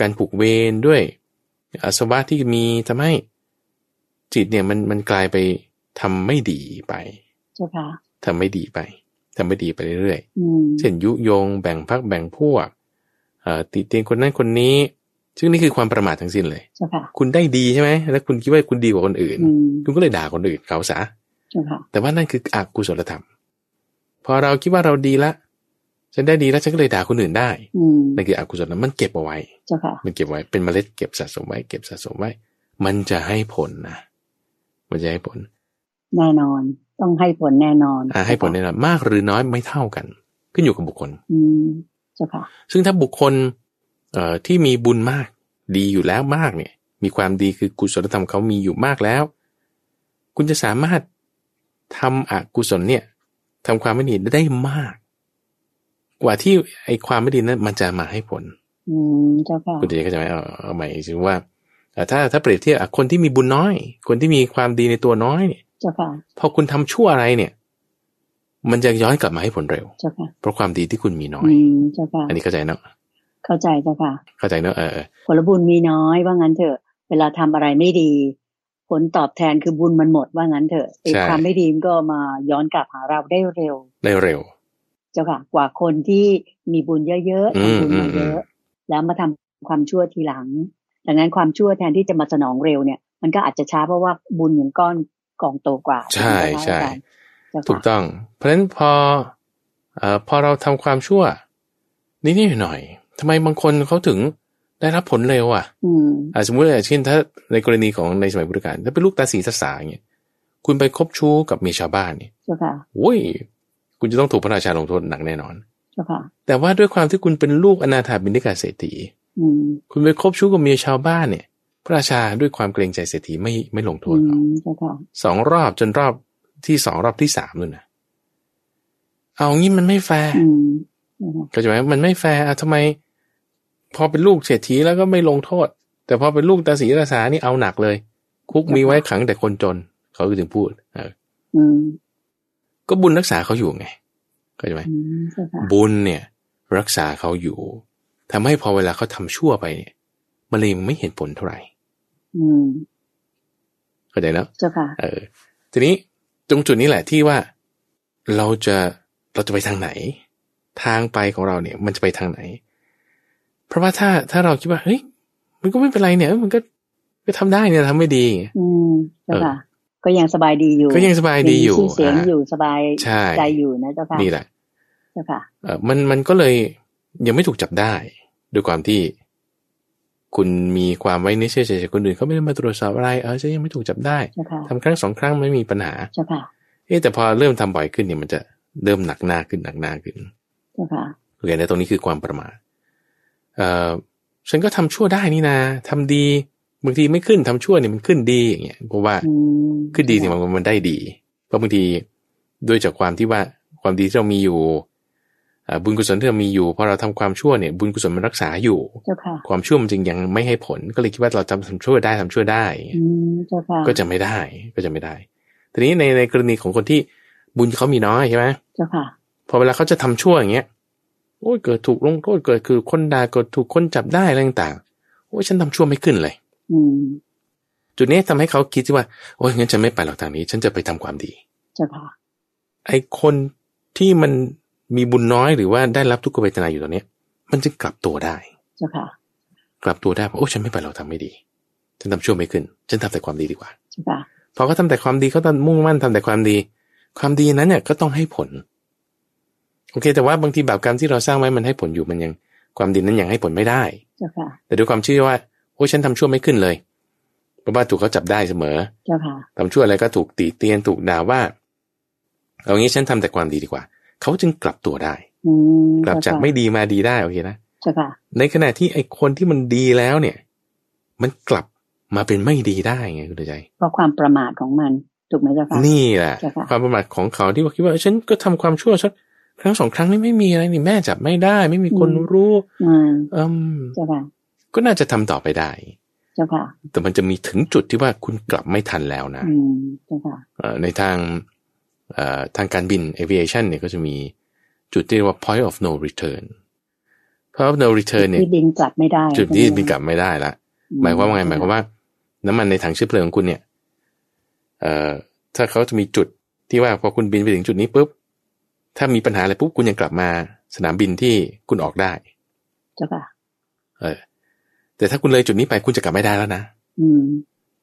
B: การผูกเวรด้วยอาสวะที่มีทำให้จิตเนี่ยมันมันกลายไปทำไม่ดีไป
A: เจ้าค่ะ
B: ทำไม่ดีไปทำไม่ดีไปเรื่อยๆ
A: อืม
B: เช่นยุยงแบ่งพักแบ่งพวกเอ่อติเตียนคนนั้นคนนี้ ซึ่งนี่คือความประมาททั้งสิ้นเลย
A: เจ้าค่ะ
B: คุณได้ดีใช่ไหมแล้วคุณคิดว่าคุณดีกว่าคนอื่น
A: อืม
B: คุณก็เลยด่าคนอื่นเขาซะ
A: เจ้าค่ะ
B: แต่ว่านั่นคืออกุศลธรรม พอเราคิดว่าเราดีละฉันได้ดีแล้วฉันก็เลยด่าคนอื่นได้
A: อืม
B: นั่นคืออกุศลธรรมมันเก็บเอาไว้
A: เจ้าค่ะ
B: มันเก็บไว้เป็นเมล็ดเก็บสะสมไว้เก็บสะสมไว้ มันจะให้ผลนะมันจะให้ผล
A: แน่นอน ต้องให้ผลแน่นอน
B: อ่ะให้ผลแน่นอนมากหรือน้อยไม่เท่ากัน ขึ้นอยู่กับบุคคล
A: อืม เจ้าค่ะ
B: ซึ่งถ้าบุคคลเอ่อที่มีบุญมาก ดีอยู่แล้วมากเนี่ย มีความดีคือกุศลธรรมเขามีอยู่มากแล้ว คุณจะสามารถทำอกุศลเนี่ยทำความไม่ดีได้มาก กว่าที่ไอความไม่ดีนั้นมันจะมาให้ผล
A: อืม เจ้าค่ะ
B: คุณเจะเข้าใจไหมเอาเอาใหม่ถึงว่าเอ่อถ้าถ้าเปรียบเทียบอ่ะคนที่มีบุญน้อย คนที่มีความดีในตัวน้อยเนี่ย
A: เจ้าค่ะ
B: พอคุณทำชั่วอะไรเนี่ย มันจะย้อนกลับมาให้ผลเร็ว
A: เจ้าค่ะ
B: เพราะความดีที่คุณมีน้อย
A: อืม เจ้าค่ะ
B: อันนี้เข้าใจเนาะ
A: เข้าใจเจ้าค่ะ
B: เข้าใจเนาะเออเออ
A: ผลบุญมีน้อยว่างั้นเถอะ เวลาทำอะไรไม่ดี ผลตอบแทนคือบุญมันหมดว่างั้นเถอะไอ้
B: ใช่
A: ความไม่ดีมันก็มาย้อนกลับหาเราได้เร็ว
B: ได้เร็ว
A: เจ้าค่ะ กว่าคนที่มีบุญเยอะๆทำบุญมาเย
B: อืมอืมอืม
A: อะ แล้วมาทำความชั่วทีหลัง ดังนั้นความชั่วแทนที่จะมาสนองเร็วเนี่ย มันก็อาจจะช้าเพราะว่าบุญอย่างก้อนกองโตกว่า
B: ใช่ใช่
A: เจ้า
B: ถูก
A: ค่ะ
B: ต้อง เพราะฉะนั้นพอเอ่อพอเราทำความชั่วนิดนิดๆหน่อยๆทำไมบางคนเขาถึงได้รับผลเร็วอ่ะ
A: อืม
B: อ่ะสมมติอย่างเช่นถ้าในกรณีของในสมัยพุทธกาลถ้าเป็นลูกตาสีตาสาอย่างเงี้ยคุณไปคบชู้กับเมียชาวบ้านเนี่ย
A: เจ้าค่ะ
B: โอ้ยคุณจะต้องถูกพระราชาลงโทษหนักแน่นอน
A: เจ้าค่ะ
B: แต่ว่าด้วยความที่คุณเป็นลูกอนาถาบินิกาเศรษฐี
A: อืม
B: คุณไปคบชู้กับเมียชาวบ้านเนี่ย พระราชาด้วยความเกรงใจเศรษฐีไม่ไม่ลงโท
A: อื
B: ษหรอก
A: มเจ้าค่ะ
B: สองรอบจนรอบที่สองรอบที่สามนู่นนะเอางี้มันไม่แฟร์
A: อืมเจ้าค่ะ
B: เข้าใจไหมมันไม่แฟร์อ่ะทำไม พอเป็นลูกเศรษฐีแล้วก็ไม่ลงโทษ แต่พอเป็นลูกตาสีตาสานี่เอาหนักเลย คุกมีไว้ขังแต่คนจน เขาก็ถึงพูดเออ
A: อืม
B: ก็บุญรักษาเขาอยู่ไงเข้าใจไหม
A: อืมเจ้าค่ะ
B: บุญเนี่ยรักษาเขาอยู่ทำให้พอเวลาเขาทำชั่วไปเนี่ยมันเลยไม่เห็นผลเท่าไหร่
A: อืม
B: เข้าใจแล้ว
A: เจ้าค่ะ
B: เออทีนี้ตรงจุดนี้แหละที่ว่าเราจะเราจะไปทางไหน ทางไปของเราเนี่ย มันจะไปทางไหน เพราะว่าถ้าถ้าเราคิดว่าเฮ้ยมันก็ไม่เป็นไรเนี่ย มันก็ก็ทำได้เนี่ยทำไม่ดี
A: อืมเจ้าค่ะ ก็ยังสบายดีอยู่
B: ก็ยังสบายดีอยู่
A: มีชื่อเสียง
B: อ่ะ
A: อยู่สบาย
B: ใช่
A: ใจอยู่นะเจ้าค่ะ
B: นี่แหละ
A: เจ้าค่ะ
B: เออมันมันก็เลยยังไม่ถูกจับได้ด้วยความที่ คุณมีความไว้เนื้อเชื่อใจจากคนอื่นเขาไม่ได้มาตรวจสอบอะไรเออจะยังไม่ถูกจับได้
A: เจ้าค่ะ
B: ทำครั้งสองครั้งไม่มีปัญหา
A: เจ้าค่ะ
B: เอ๊ะแต่พอเริ่มทำบ่อยขึ้นเนี่ยมันจะเริ่มหนักหน้าขึ้นหนักหน้าขึ้น
A: เจ้าค่ะ
B: โอเคนะตรงนี้คือความประมาทเอ่อฉันก็ทำชั่วได้นี่นาทำดีบางทีไม่ขึ้นทำชั่วเนี่ยมันขึ้นดีอย่างเงี้ยเพราะว่า
A: อืม
B: ขึ้นดีเนี่ยมันมันได้ดี เพราะบางทีด้วยจากความที่ว่าความดีที่เรามีอยู่เอ่อบุญกุศลที่เรามีอยู่พอเราทำความชั่วเนี่ย บุญกุศลมันรักษาอยู่
A: เจ้าค่ะ
B: ความชั่วมันจึงยังไม่ให้ผล ก็เลยคิดว่าเราทำทำชั่วได้ทำชั่วได้อย่างเงี้ย
A: อืมเจ้าค่ะ
B: ก็จะไม่ได้ก็จะไม่ได้ ทีนี้ในในกรณีของคนที่บุญเขามีน้อยใช่ไหม
A: เจ้าค่ะ
B: พอเวลาเขาจะทำชั่วอย่างเงี้ยโอ้ยเกิดถูกลงโทษเกิดคือคนด่าเกิดถูกคนจับได้อะไรต่างๆโอ้ยฉันทำชั่วไม่ขึ้นเลย
A: อืม
B: จุดนี้ทำให้เขาคิดที่ว่าโอ้ยงั้นฉันไม่ไปหรอกทางนี้ ฉันจะไปทำความดี
A: เจ้าค่ะ
B: ไอ้คนที่มันมีบุญน้อยหรือว่าได้รับทุกขเวทนาอยู่ตอนเนี้ย มันจะกลับตัวได้
A: เจ้าค่ะ
B: กลับตัวได้ว่าโอ้ยฉันไม่ไปหรอกทางไม่ดี ฉันทำชั่วไม่ขึ้น ฉันทำแต่ความดีดีกว่า
A: เจ้าค่ะ
B: พอเขาทำแต่ความดีเขาต้องมุ่งมั่นทำแต่ความดี ความดีนั้นเนี่ยก็ต้องให้ผล โอเค แต่ว่าบางทีบาปกรรมที่เราสร้างไว้มันให้ผลอยู่มันยัง ความดีนั้นยังให้ผลไม่ได้
A: เจ้าค่ะ
B: แต่ด้วยความเชื่อว่าโอ้ยฉันทำชั่วไม่ขึ้นเลยเพราะว่าถูกเขาจับได้เสมอ
A: เจ้าค่ะ
B: ทำชั่วอะไรก็ถูกตีเตียนถูกด่าว่าเอางี้ฉันทำแต่ความดีดีกว่า เขาจึงกลับตัวได้
A: อืม
B: กลับจากไม่ดีมาดีได้โอเคนะ
A: เจ้าค่ะ
B: ในขณะที่ไอ้คนที่มันดีแล้วเนี่ย มันกลับมาเป็นไม่ดีได้ไงคุณใจ
A: เพราะความประมาทของมันถูกไหมเจ้าค่ะ
B: นี่แหละ
A: เจ้าค่ะ
B: ความประมาทของเขาที่ว่าคิดว่าฉันก็ทำความชั่วสักครั้งสองครั้งนี่ไม่มีอะไรนี่แม่จับไม่ได้ ไม่มีคนรู้
A: อืม
B: เอืม
A: เจ้าค่ะ
B: ก็น่าจะทำต่อไปได้
A: เจ้าค่ะ
B: แต่มันจะมีถึงจุดที่ว่าคุณกลับไม่ทันแล้วนะ
A: อืมเจ้าค่ะ
B: เอ่อในทางเอ่อทางการบิน aviation เนี่ยก็จะมีจุดที่เรียกว่า point of no return point of no return เนี่ย
A: ที่บินกลับไม่ได้
B: จุดที่
A: ใช่ไหม
B: บินกลับไม่ได้ละ หมายความว่าไงหมายความว่า น้ำมันในถังเชื้อเพลิงของคุณเนี่ย เอ่อถ้าเขาจะมีจุดที่ว่าพอคุณบินไปถึงจุดนี้ปุ๊บถ้ามีปัญหาอะไรปุ๊บคุณยังกลับมาสนามบินที่คุณออกได้
A: เจ้าค่ะ
B: เออ แต่ถ้าคุณเลยจุดนี้ไปคุณจะกลับไม่ได้แล้วนะ
A: อืม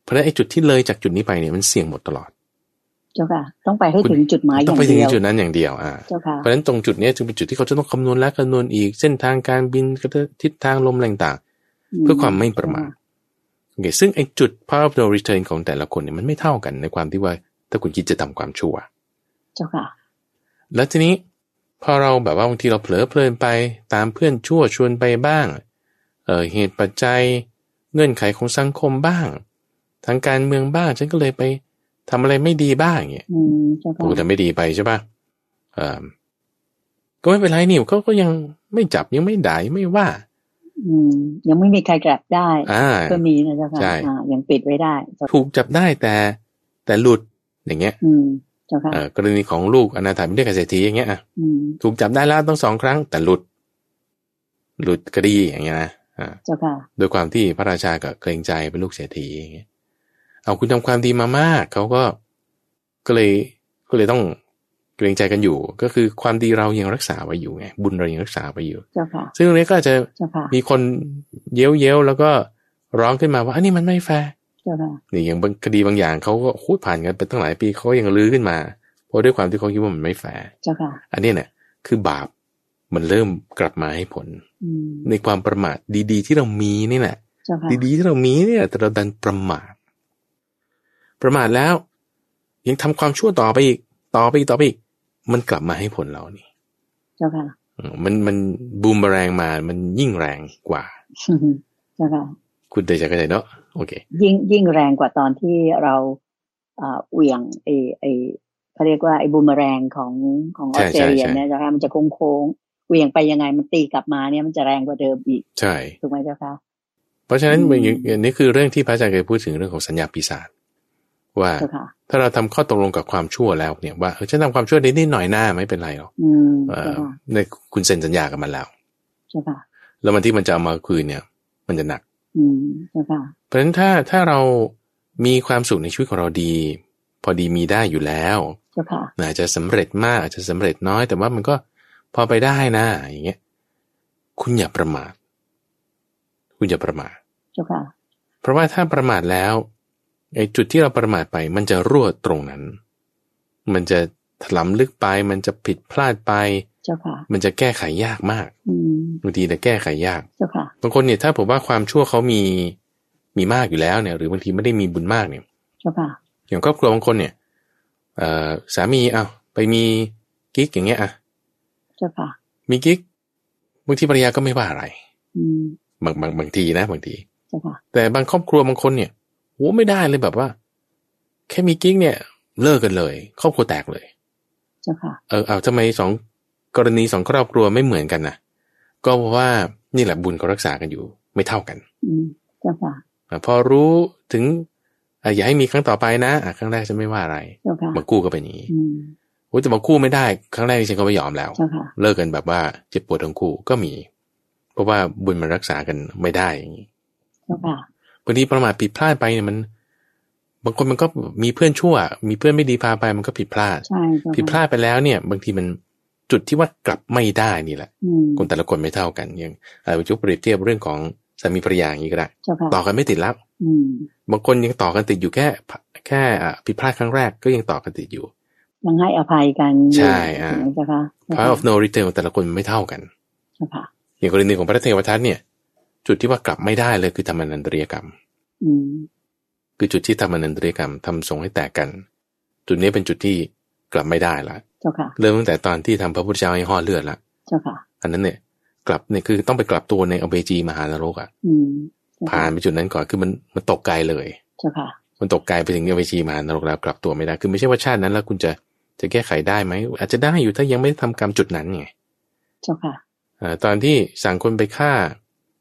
B: เพราะฉะนั้นไอ้จุดที่เลยจากจุดนี้ไปเนี่ยมันเสี่ยงหมดตลอด
A: เจ้าค่ะ ต้องไปให้
B: คุณ
A: ถึงจุดหมายอ
B: ต้อย่าง
A: ง
B: ไปถึง
A: เดียว
B: จุดนั้นอย่างเดียวอ่า
A: เจ้าค่ะ
B: เพราะฉะนั้นตรงจุดเนี้ยจึงเป็นจุดที่เขาจะต้องคำนวณและคำนวณอีกเส้นทางการบินกระทั่งทิศทางลมแรงต่าง เพื่อความไม่ประมาทโอเคซึ่งไอ้จุด power of no return ของแต่ละคนเนี่ยมันไม่เท่ากันในความที่ว่าถ้าคุณคิดจะทำความชั่ว
A: เจ้าค่ะ
B: แล้วทีนี้พอเราแบบว่าบางทีเราเผลอเพลินไปตามเพื่อนชั่วชวนไปบ้าง เออเหตุปัจจัยเงื่อนไขของสังคมบ้าง ทางการเมืองบ้างฉันก็เลยไปทำอะไรไม่ดีบ้างเนี่ย
A: อืมเจ้าค่ะ
B: โอ้แต่ไม่ดีไปใช่ปะเออก็ไม่เป็นไรนี่เขาก็ยังไม่จับยังไม่ด่ายังไม่ว่า
A: อืม ยังไม่มีใครกลับได้
B: อ่า
A: ก็มีนะเจ้าค่ะ
B: ใช่
A: อ่ายังปิดไว้ได้เจ้า
B: ถูกจับได้แต่แต่หลุดอย่างเงี้ย
A: อืม เจ้าค่ะ
B: เอ่อกรณีของลูกอนาถาไม่ได้เกษตรทีอย่างเงี้ยอ่ะ
A: อืม
B: ถูกจับได้แล้วต้องสองครั้งแต่หลุด หลุดคดีอย่างเงี้ยนะอ่า
A: เจ้าค่ะ
B: โดยความที่พระราชาก็เกรงใจเป็นลูกเศรษฐีอย่างเงี้ยเอาคุณทำความดีมามากเขาก็ก็เลยก็เลยต้องเกรงใจกันอยู่ ก็คือความดีเรายังรักษาไว้อยู่ไงบุญเรายังรักษาไว้อยู่
A: เจ้าค่ะ
B: ซึ่งตรงนี้ก็อาจจะ
A: เจ้าค่ะ
B: มีคนเย้ยวเย้ยวแล้วก็ร้องขึ้นมาว่าอันนี้มันไม่แฟร์
A: เจ้าค่ะ
B: นี่อย่างบางคดีบางอย่างเขาก็คูดผ่านกันเป็นตั้งหลายปีเขาก็ยังลื้อขึ้นมา เพราะด้วยความที่เขาคิดว่ามันไม่แฟร์
A: เจ้าค่ะ
B: อันนี้เนี่ยคือบาปมันเริ่มกลับมาให้ผล
A: อืม
B: ในความประมาทดีๆ ที่เรามีนี่แหละ
A: เจ้าค่ะ
B: ดีๆที่เรามีเนี่ยแต่เราดันประมาทประมาทแล้ว ยังทำความชั่วต่อไปอีก ต่อไปอีกต่อไปอีกมันกลับมาให้ผลเรานี่
A: เจ้าค่ะ
B: อืมมันมันบูมแรงมา มันยิ่งแรงกว่า
A: เจ้าค่ะ
B: คุณเดชะเข้าใจเนาะโอเค
A: ยิ่งยิ่งแรงกว่าตอนที่เราเอ่อเหวี่ยงไอไอเขาเรียกว่าไอบูมเมอแรงของของอ
B: ใช่
A: อสเตรเลีย
B: ใช่ใช่
A: เนี่ยเจ้าค่ะมันจะโค้งโค้งๆเหวี่ยงไปยังไงมันตีกลับมาเนี่ยมันจะแรงกว่าเดิมอีก
B: ใช่
A: ถูกไหมเจ้าค่ะ
B: เพราะฉะนั้น
A: อืม
B: อย่างอย่างนี้คือเรื่องที่พระอาจารย์เคยพูดถึงเรื่องของสัญญาปีศาจ ว่า
A: เจ้าค่ะ
B: ถ้าเราทำข้อตกลงกับความชั่วแล้วเนี่ยว่าเออฉันทำความชั่วนิดๆหน่อยหน้าไม่เป็นไรหรอก
A: อืม
B: เอ่
A: เจ้า
B: อ
A: ค่ะ
B: ในคุณเซ็นสัญญากับมันแล้ว
A: เจ้าค่ะ
B: แล้ววันที่มันจะเอามาคืนเนี่ย มันจะหนัก
A: อืมเจ้าค่ะ
B: เพราะฉะนั้นถ้าถ้าเรามีความสุขในชีวิตของเราดี พอดีมีได้อยู่แล้ว
A: เจ้าค่ะ
B: อาจจะสำเร็จมากอาจจะสำเร็จน้อย แต่ว่ามันก็พอไปได้นะอย่างเงี้ยคุณอย่าประมาทคุณอย่าประมาท
A: เจ้าค่ะ
B: เพราะว่าถ้าประมาทแล้วไอ้จุดที่เราประมาทไป มันจะรั่วตรงนั้น มันจะถลำลึกไป มันจะผิดพลาดไป
A: เจ้าค่ะ
B: มันจะแก้ไขยากมาก
A: อืม
B: บางทีแต่ยแก้ไขยาก
A: เจ้าค่ะ
B: บางคนเนี่ยถ้าผมว่าความชั่วเขามีมีมากอยู่แล้วเนี่ย หรือบางทีไม่ได้มีบุญมากเนี่ย
A: เจ้าค่ะ
B: อย่างครอบครัวบางคนเนี่ยเอ่อสามีเอาไปมีกิ๊กอย่างเงี้ยอ่ะ
A: เจ้าค่ะ
B: มีกิ๊กบางทีภรรยาก็ไม่ว่าอะไร
A: อืม
B: บางบางบางทีนะบางที
A: เจ้าค่ะ
B: แต่บางครอบครัวบางคนเนี่ยโหไม่ได้เลยแบบว่า แค่มีกิ๊กเนี่ยเลิกกันเลย ครอบครัวแตกเลย
A: เจ้าค่ะ
B: เออเอาทำไมสองกรณีสองครอบครัวไม่เหมือนกันนะก็เพราะว่านี่แหละบุญเขารักษากันอยู่ ไม่เท่ากัน
A: อืมเจ้าค่ะ
B: อะพอรู้ถึงอะอย่าให้มีครั้งต่อไปนะอ่ะครั้งแรกจะไม่ว่าอะไร
A: เจ้าค่ะ
B: บางคู่ก็เป็นอย่างนี้
A: อืม
B: โอ้ยแต่บางคู่ไม่ได้ ครั้งแรกดิฉันก็ไม่ยอมแล้ว
A: เจ้าค่ะ
B: เลิกกันแบบว่าเจ็บปวดทั้งคู่ก็มี เพราะว่าบุญมันรักษากันไม่ได้อย่างนี้
A: เจ้าค่ะ
B: บางทีประมาทผิดพลาดไปเนี่ยมัน บางคนมันก็มีเพื่อนชั่ว มีเพื่อนไม่ดีพาไปมันก็ผิดพลาด
A: ใช่เจ้าค่ะ
B: ผิดพลาดไปแล้วเนี่ย บางทีมันจุดที่ว่ากลับไม่ได้นี่แหละ
A: อืม
B: คนแต่ละคนไม่เท่ากันอย่างเอ่อจุดเปรียบเทียบเรื่องของสามีภรรยาอย่างนี้ก็ได้
A: เจ้าค่ะ
B: ต่อกันไม่ติดแล้ว
A: อืม
B: บางคนยังต่อกันติดอยู่แค่ แค่อ่ะผิดพลาดครั้งแรกก็ยังต่อกันติดอยู่
A: ยังให้อภัยกัน
B: ใช่อ่า
A: อ่าเจ้าค่ะ
B: power of no return แต่ละคนไม่เท่ากัน
A: เจ้าค่ะ
B: อย่างกรณีของพระเทวทัตเนี่ย จุดที่ว่ากลับไม่ได้เลยคือธรรมนันตริยกรรม
A: อืม
B: คือจุดที่ทำอนันตริยกรรมทำสงฆ์ให้แตกกัน จุดนี้เป็นจุดที่กลับไม่ได้ละ
A: เจ้าค่ะ
B: เริ่มตั้งแต่ตอนที่ทำพระพุทธเจ้าให้ห่อเลือดละ
A: เจ้าค่ะ
B: อันนั้นเนี่ยกลับเนี่ยคือต้องไปกลับตัวในอเวจีมหานรกอะ่ะ
A: อืมเจ้า
B: ผ่า
A: ค่ะ
B: นไปจุดนั้นก่อนคือมันมันตกไกลเลย
A: เจ้าค่ะ
B: มันตกไกลไปถึงอเวจีมหานรกแล้วกลับตัวไม่ได้คือไม่ใช่ว่าชาตินั้นแล้วคุณจะจะแก้ไขได้ไหมอาจจะได้อยู่ถ้ายังไม่ได้ทำกรรมจุดนั้นไง
A: เจ้าค่ะ
B: เอ่อตอนที่สั่งคนไปฆ่า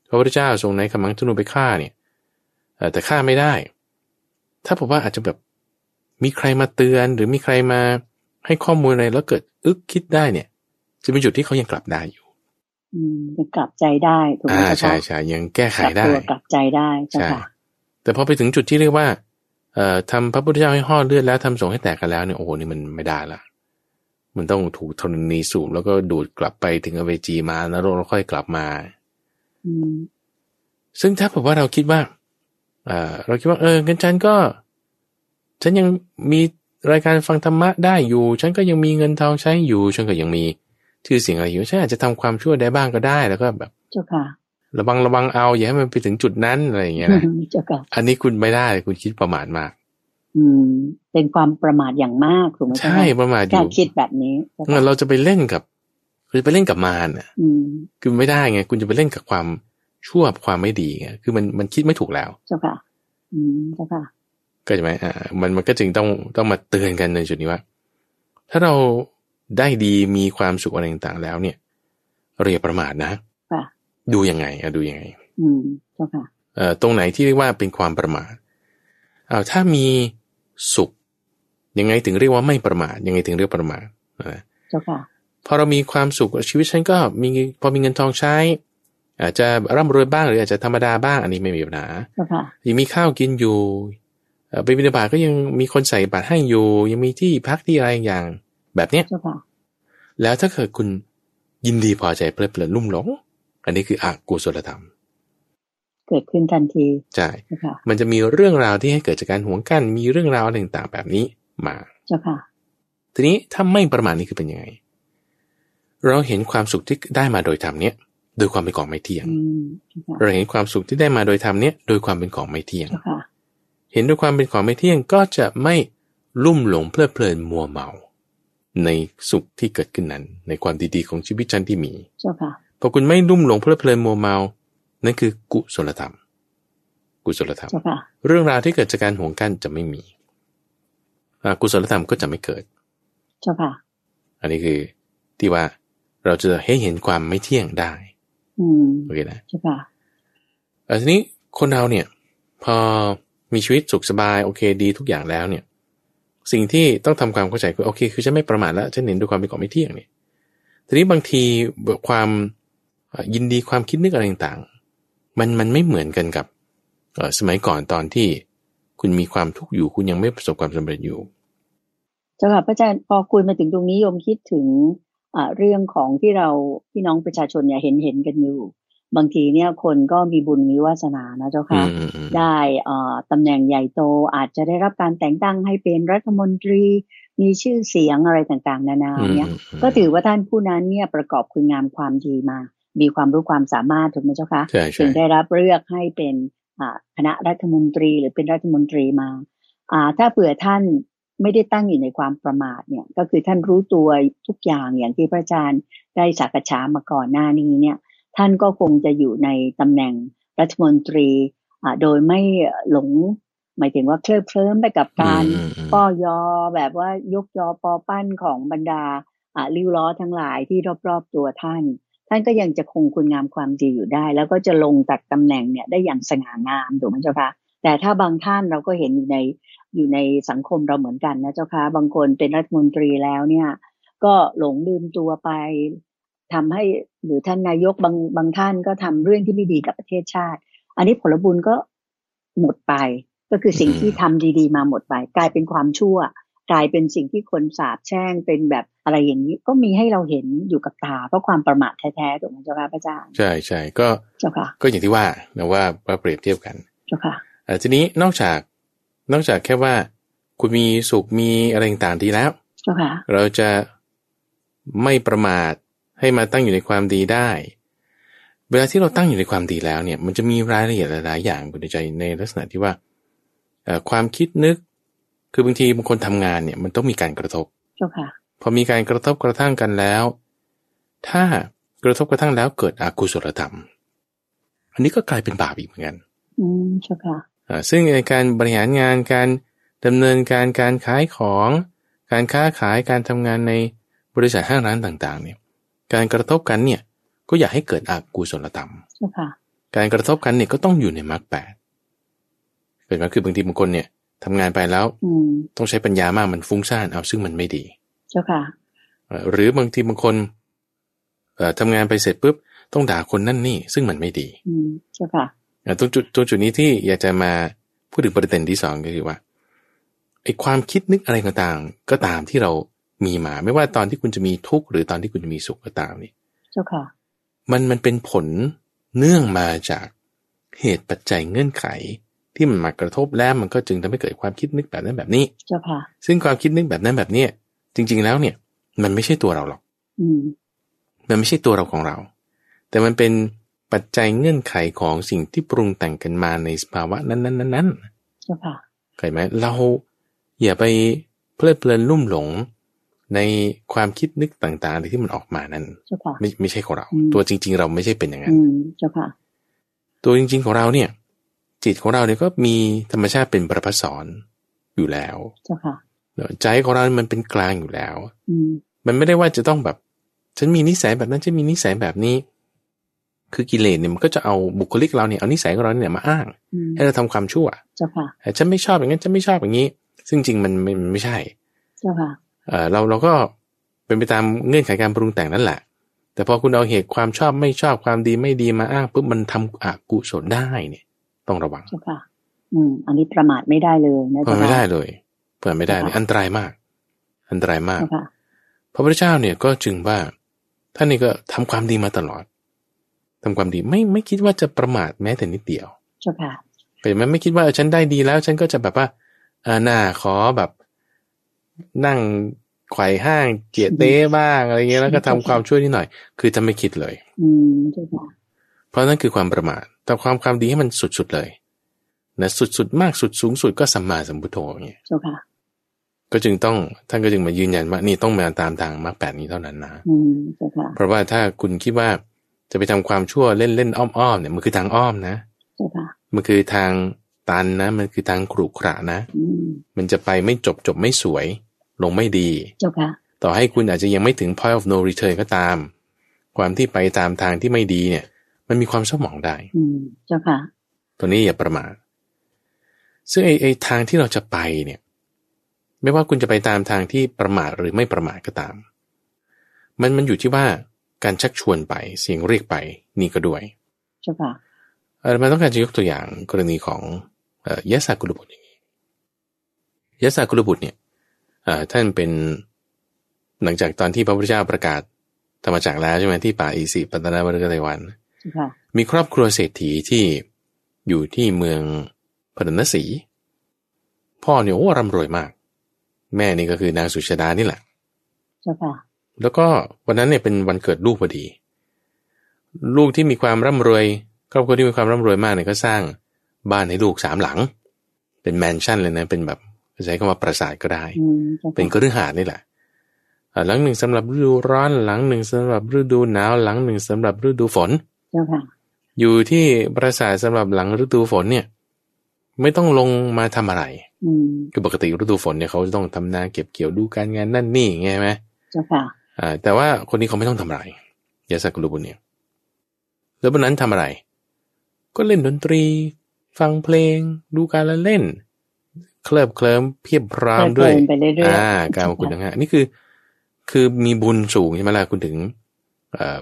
B: พระพุทธเจ้าทรงในคำมังธนูไปฆ่าเนี่ยเอ่อแต่ฆ่าไม่ได้ ถ้าผมว่าอาจจะแบบมีใครมาเตือน หรือมีใครมาให้ข้อมูลอะไรแล้วเกิดอึกคิดได้เนี่ย จะเป็นจุดที่เขายังกลับได้อยู่
A: อืมยังกลับใจได้ถูกไหม
B: อ่า
A: เจ้า
B: ใช่
A: ค่ะ
B: ใช่ยังแก้ไข
A: กลับ
B: ได้
A: ตัวกลับใจได้เจ้า
B: ใช่
A: ค่ะ
B: แต่พอไปถึงจุดที่เรียกว่าเอ่อทำพระพุทธเจ้าให้ห่อเลือดแล้วทำสงฆ์ให้แตกกันแล้วเนี่ยโอ้โหนี่มันไม่ได้ละมันต้องถูกธรณีสูบแล้วก็ดูดกลับไปถึงอเวจีมานรกแล้วค่อยกลับมา
A: อืม
B: ซึ่งถ้าแบบว่าเราคิดว่าเออเราคิดว่า เอองั้นฉันก็ ฉันยังมีรายการฟังธรรมะได้อยู่ ฉันก็ยังมีเงินทองใช้อยู่ ฉันก็ยังมีชื่อเสียงอะไรอยู่ ฉันอาจจะทำความชั่วได้บ้างก็ได้ แล้วก็แบบ
A: เจ้าค่ะ
B: ระวังระวังเอา อย่าให้มันไปถึงจุดนั้นอะไรอย่างเงี้ยนะ
A: เจ้าค่ะ
B: อันนี้คุณไม่ได้คุณคิดประมาทมาก
A: อืม เป็นความประมาทอย่างมากถูกไหมเจ้า
B: ใช่
A: ค่ะ
B: ประมาทอ
A: การ
B: ยู่
A: คิดแบบนี้เจ้าค่ะ
B: งั้นเราจะไปเล่นกับเราจะไปเล่นกับมารน่ะ
A: อืม
B: คือไม่ได้ไง คุณจะไปเล่นกับความชั่วความไม่ดีไงคือมันมันคิดไม่ถูกแล้ว
A: เจ้าค่ะ อืม เจ้าค่ะ
B: ก็ใช่ไหมอ่า มัน มันก็จึงต้อง ต้องมาเตือนกันในจุดนี้ว่า ถ้าเราได้ดี มีความสุขอะไรต่างๆแล้วเนี่ย เรียาประมาทนะ
A: ค่ะ
B: ดูยังไงอะดูยังไง
A: อืม เจ้าค่ะ
B: เอ่อ ตรงไหนที่เรียกว่าเป็นความประมาทเอาถ้ามีสุข ยังไงถึงเรียกว่าไม่ประมาท ยังไงถึงเรียกประมาทนะ
A: เจ้าค่ะ
B: พอเรามีความสุข ชีวิตฉันก็มี พอมีเงินทองใช้ อาจจะร่ำรวยบ้างหรืออาจจะธรรมดาบ้าง อันนี้ไม่มีปัญหา
A: เจ้าค่ะ
B: ยังมีข้าวกินอยู่เอ่อไปบิณฑบาตก็ยังมีคนใส่บาตรให้อยู่ ยังมีที่พักที่อะไรอย่างแบบเนี้ย
A: เจ้าค่ะ
B: แล้วถ้าเกิดคุณยินดีพอใจเพลิดเพลินลุ่มหลง อันนี้คืออกุศลธรรม
A: เกิดขึ้นทันที
B: ใช่
A: เจ้าค่ะ
B: มันจะมีเรื่องราวที่ให้เกิดจากการหวงกัน มีเรื่องราวอะไรต่างๆแบบนี้มา
A: เจ้าค่ะ
B: ทีนี้ถ้าไม่ประมาทนี่คือเป็นยังไง เราเห็นความสุขที่ได้มาโดยธรรมเนี้ยโดยความเป็นของไม่เที่ยง
A: อืม เจ้าค่ะ
B: เราเห็นความสุขที่ได้มาโดยธรรมเนี้ยโดยความเป็นของไม่เที่ยง
A: เจ้าค่ะ
B: เห็นด้วยความเป็นของไม่เที่ยงก็จะไม่ลุ่มหลงเพลิดเพลินมัวเมา ในสุขที่เกิดขึ้นนั้น ในความดีๆของชีวิตฉันที่มี
A: เจ้าค่ะ
B: พอคุณไม่ลุ่มหลงเพลิดเพลินมัวเมา นั่นคือกุศลธรรม กุศลธรรม
A: เจ้าค่ะ
B: เรื่องราวที่เกิดจากการหวงกันจะไม่มีอ่ากุศลธรรมก็จะไม่เกิด
A: เจ้าค่ะ
B: อันนี้คือที่ว่าเราจะให้เห็นความไม่เที่ยงได้
A: อืม
B: โอเคนะ
A: เจ้าค่ะ
B: เอ่อทีนี้คนเราเนี่ยพอ มีชีวิตสุขสบายโอเคดีทุกอย่างแล้วเนี่ย สิ่งที่ต้องทำความเข้าใจคือโอเค คือฉันไม่ประมาทแล้วฉันเห็นด้วยความเป็นของไม่เที่ยงเนี่ยทีนี้บางทีความยินดีความคิดนึกอะไรต่างๆ มันมันไม่เหมือนกันกับสมัยก่อนตอนที่คุณมีความทุกข์อยู่ คุณยังไม่ประสบความสำเร็จอยู่
A: เจ้าค่ะพระอาจารย์พอคุยมาถึงตรงนี้โยมคิดถึงเรื่องของที่เราพี่น้องประชาชนเนี่ยเห็นเห็นกันอยู่ บางทีเนี่ยคนก็มีบุญมีวาสนานะเจ้าค่ะ ได้ตำแหน่งใหญ่โตอาจจะได้รับการแต่งตั้งให้เป็นรัฐมนตรี มีชื่อเสียงอะไรต่างๆ นานาเนี่ยก็ถือว่าท่านผู้นั้นเนี่ยประกอบคุณงามความดีมา มีความรู้ความสามารถถูกไหมเจ้าคะถึงได้รับเลือกให้เป็นคณะรัฐมนตรีหรือเป็นรัฐมนตรีมาถ้าเผื่อท่านไม่ได้ตั้งอยู่ในความประมาทเนี่ยก็คือท่านรู้ตัวทุกอย่างอย่างที่พระอาจารย์ได้สักษามาก่อนหน้านี้เนี่ยท่านก็คงจะอยู่ในตำแหน่งรัฐมนตรีโดยไม่หลง หมายถึงว่าเคลิบเคลิ้มไปกับการป้อยอแบบว่ายกยอปอปั้นของบรรดาริ้วล้อทั้งหลายที่รอบๆตัวท่าน ท่านก็ยังจะคงคุณงามความดีอยู่ได้ แล้วก็จะลงจากตำแหน่งเนี่ยได้อย่างสง่างามถูกไหมเจ้าคะแต่ถ้าบางท่านเราก็เห็นอยู่ในอยู่ในสังคมเราเหมือนกันนะเจ้าคะบางคนเป็นรัฐมนตรีแล้วเนี่ย ก็หลงลืมตัวไป ทำให้หรือท่านนายกบางบางท่านก็ทำเรื่องที่ไม่ดีกับประเทศชาติ อันนี้ผลบุญก็หมดไป ก็คือสิ่งที่ทำดีๆ มาหมดไป กลายเป็นความชั่ว กลายเป็นสิ่งที่คนสาบแช่งเป็นแบบอะไรอย่างนี้ ก็มีให้เราเห็นอยู่กับตาเพราะความประมาทแท้ๆถูกไหมเจ้าค่ะพระอาจารย์
B: ใช่ใช่ก็
A: เจ้าค่ะ
B: ก็อย่างที่ว่านะว่าเปรียบเทียบกัน
A: เจ้าค่ะ
B: ทีนี้นอกจากนอกจากแค่ว่าคุณมีสุขมีอะไรต่างๆดีแล้ว
A: okay.
B: เราจะไม่ประมาทให้มาตั้งอยู่ในความดีได้ เวลาที่เราตั้งอยู่ในความดีแล้วเนี่ย มันจะมีรายละเอียดหลายๆอย่างคุณใจในลักษณะที่ว่าความคิดนึก คือบางทีบางคนทำงานเนี่ย มันต้องมีการกระทบ
A: okay.
B: พอมีการกระทบกระทั่งกันแล้ว ถ้ากระทบกระทั่งแล้วเกิดอกุศลธรรม อันนี้ก็กลายเป็นบาปอีกเหมือนกัน
A: อืมใช่ค่ะ
B: ซึ่งในการบริหารงานการดำเนินการการขายของ การค้าขายการทำงานในบริษัทห้างร้านต่างๆ เนี่ย การกระทบกันเนี่ยก็อยากให้เกิดอกุศลธรรม การกระทบกันเนี่ยก็ต้องอยู่ในมรรคแปดเป็นมรรคคือบางทีบางคนเนี่ยทำงานไปแล้วต้องใช้ปัญญามากมันฟุ้งซ่านเอาซึ่งมันไม่ดี
A: เจ้าค่ะ
B: หรือบางทีบางคนทำงานไปเสร็จปุ๊บต้องด่าคนนั่นนี่ซึ่งมันไม่ดี
A: เจ้าค่ะ
B: ตรงจุดตรงจุดนี้ที่อยากจะมาพูดถึงประเด็นที่สองก็คือว่าไอ้ความคิดนึกอะไรต่างๆก็ตามที่เรามีมา ไม่ว่าตอนที่คุณจะมีทุกข์หรือตอนที่คุณจะมีสุขก็ตามนี่
A: เจ้าค่ะ
B: มันมันเป็นผลเนื่องมาจากเหตุปัจจัยเงื่อนไข ที่มันมากระทบแล้วมันก็จึงทำให้เกิดความคิดนึกแบบนั้นแบบนี้
A: เจ้าค่ะ
B: ซึ่งความคิดนึกแบบนั้นแบบเนี้ยจริง ๆแล้วเนี่ย มันไม่ใช่ตัวเราหรอก
A: อืม
B: มันไม่ใช่ตัวเราของเรา แต่มันเป็นปัจจัยเงื่อนไขของสิ่งที่ปรุงแต่งกันมาในสภาวะนั้นๆๆนั้น
A: เจ้าค่ะ
B: เข้าไหมเราอย่าไปเพลิดเพลินลุ่มหลงในความคิดนึกต่างๆที่มันออกมานั้น
A: เจ้าค่ะ
B: ไม่ไม่ใช่ของเรา ตัวจริง ๆ เราไม่ใช่เป็นอย่างนั้น
A: เจ้าค่ะ
B: ตัวจริง ๆ ของเราเนี่ย จิตของเราเนี่ยก็มีธรรมชาติเป็นประพัสอนอยู่แล้ว
A: เจ้าค่ะ
B: ใจของเรา มันเป็นกลางอยู่แล้วมัน
A: ไม่
B: ได้ว่าจะต้องแบบ ฉันมีนิสัยแบบนั้นฉันมีนิสัยแบบนี้คือกิเลสเนี่ยมันก็จะเอาบุคลิกเราเนี่ยเอานิสัยของเราเนี่ยมาอ้าง ให้เราทำความชั่ว
A: เจ้าค่ะ
B: ฉันไม่ชอบอย่างนั้นฉันไม่ชอบอย่างนี้ ซึ่งจริงมันมันไม่ใช่
A: เจ้าค่ะ
B: เออเราเราก็เป็นไปตามเงื่อนไขการปรุงแต่งนั่นแหละ แต่พอคุณเอาเหตุความชอบไม่ชอบความดีไม่ดีมาอ้างปุ๊บมันทำอกุศลได้เนี่ย ต้องระวัง
A: เจ้าค่ะ อืมอันนี้ประมาทไม่ได้เลยนะ
B: ประมาทไม่ได้เลยประมาทไม่ได้เลยอันตรายมาก อันตรายมากพระพุทธเจ้าเนี่ยก็จึงว่าท่านนี่ก็ทำความดีมาตลอดทำความดีไม่ไม่คิดว่าจะประมาทแม้แต่นิดเดียว
A: เจ้าค่ะ
B: เป็นไม่ไม่คิดว่าฉันได้ดีแล้ว ฉันก็จะแบบว่าเออหน้าขอแบบ นั่งไขว่ห้างเจียเต้บ้างอะไรเงี้ยแล้วก็ทำความช่วยนิดหน่อย คือจะไม่คิดเลย
A: อืมเจ้าค่ะ
B: เพราะนั่นคือความประมาทแต่ความความดีให้มันสุดๆเลยนะสุดๆมากสุดสูงสุดก็สัมมาสัมพุทโธอย่างเงี้ย
A: เจ้าค่ะ
B: ก็จึงต้องท่านก็จึงมายืนยันว่านี่ต้องมาตามทางมรรคแปดนี้เท่านั้นนะ
A: อืมเจ้าค่ะ
B: เพราะว่าถ้าคุณคิดว่าจะไปทำความชั่วเล่นเล่นอ้อมๆเนี่ยมันคือทางอ้อมนะมันคือทางตันนะ มันคือทางขรุขระนะ มันจะไปไม่จบจบไม่สวย ลงไม่ดี ต่อให้คุณอาจจะยังไม่ถึง point of no return ก็ตาม ความที่ไปตามทางที่ไม่ดีเนี่ย มันมีความเศร้าหมองได้
A: เจ้าค่ะ
B: ตัวนี้อย่าประมาท ซึ่งไอ้ไอ้ทางที่เราจะไปเนี่ย ไม่ว่าคุณจะไปตามทางที่ประมาทหรือไม่ประมาทก็ตาม มันมันอยู่ที่ว่าการชักชวนไปเสียงเรียกไปนี่ก็ด้วย
A: เจ้าค่ะ
B: เออมันต้องการจะยกตัวอย่างกรณีของเอ่อยะสากุลบุตรอย่างนี้ยะสากุลบุตรเนี่ยเอ่อท่านเป็นหลังจากตอนที่พระพุทธเจ้าประกาศธรรมจักรแล้วใช่ไหมที่ป่าอีสีปัตตนาบริกรวัน
A: เจ้าค่ะ
B: มีครอบครัวเศรษฐีที่อยู่ที่เมืองพรณสี พ่อเนี่ยโอ้ร่ำรวยมาก แม่นี่ก็คือนางสุชาดานี่แหละ
A: เจ้าค่ะ
B: แล้วก็วันนั้นเนี่ยเป็นวันเกิดลูกพอดี ลูกที่มีความร่ำรวย ครอบครัวที่มีความร่ำรวยมากเนี่ยก็สร้างบ้านให้ลูกสามหลัง เป็นแมนชั่นเลยนะเป็นแบบใช้คำว่าปราสาทก็ได้
A: อืมเจ้า
B: เป็น
A: ค่ะ
B: คฤหาสน์นี่แหละอ่าหลังหนึ่งสำหรับฤดูร้อนหลังหนึ่งสำหรับฤดูหนาวหลังหนึ่งสำหรับฤดูฝน
A: เจ้าค่ะ
B: อยู่ที่ปราสาทสำหรับหลังฤดูฝนเนี่ย ไม่ต้องลงมาทำอะไร
A: อืม
B: คือปกติฤดูฝนเนี่ยเขาจะต้องทำนาเก็บเกี่ยวดูการงานนั่นนี่ไงใช่ไหม
A: เจ้าค่ะ
B: อ่าแต่ว่าคนนี้เขาไม่ต้องทำอะไรยาสักุลบุญเนี่ยแล้ววันนั้นทำอะไร ก็เล่นดนตรี ฟังเพลง ดูการละเล่น เคลิบเคลิ้มเพียบพร้ามด้วย
A: เพลินไปเรื่อยๆ
B: อ่าการมาคุณทั้งห้านี่คือ คือมีบุญสูงใช่ไหมล่ะคุณถึงเอ่อ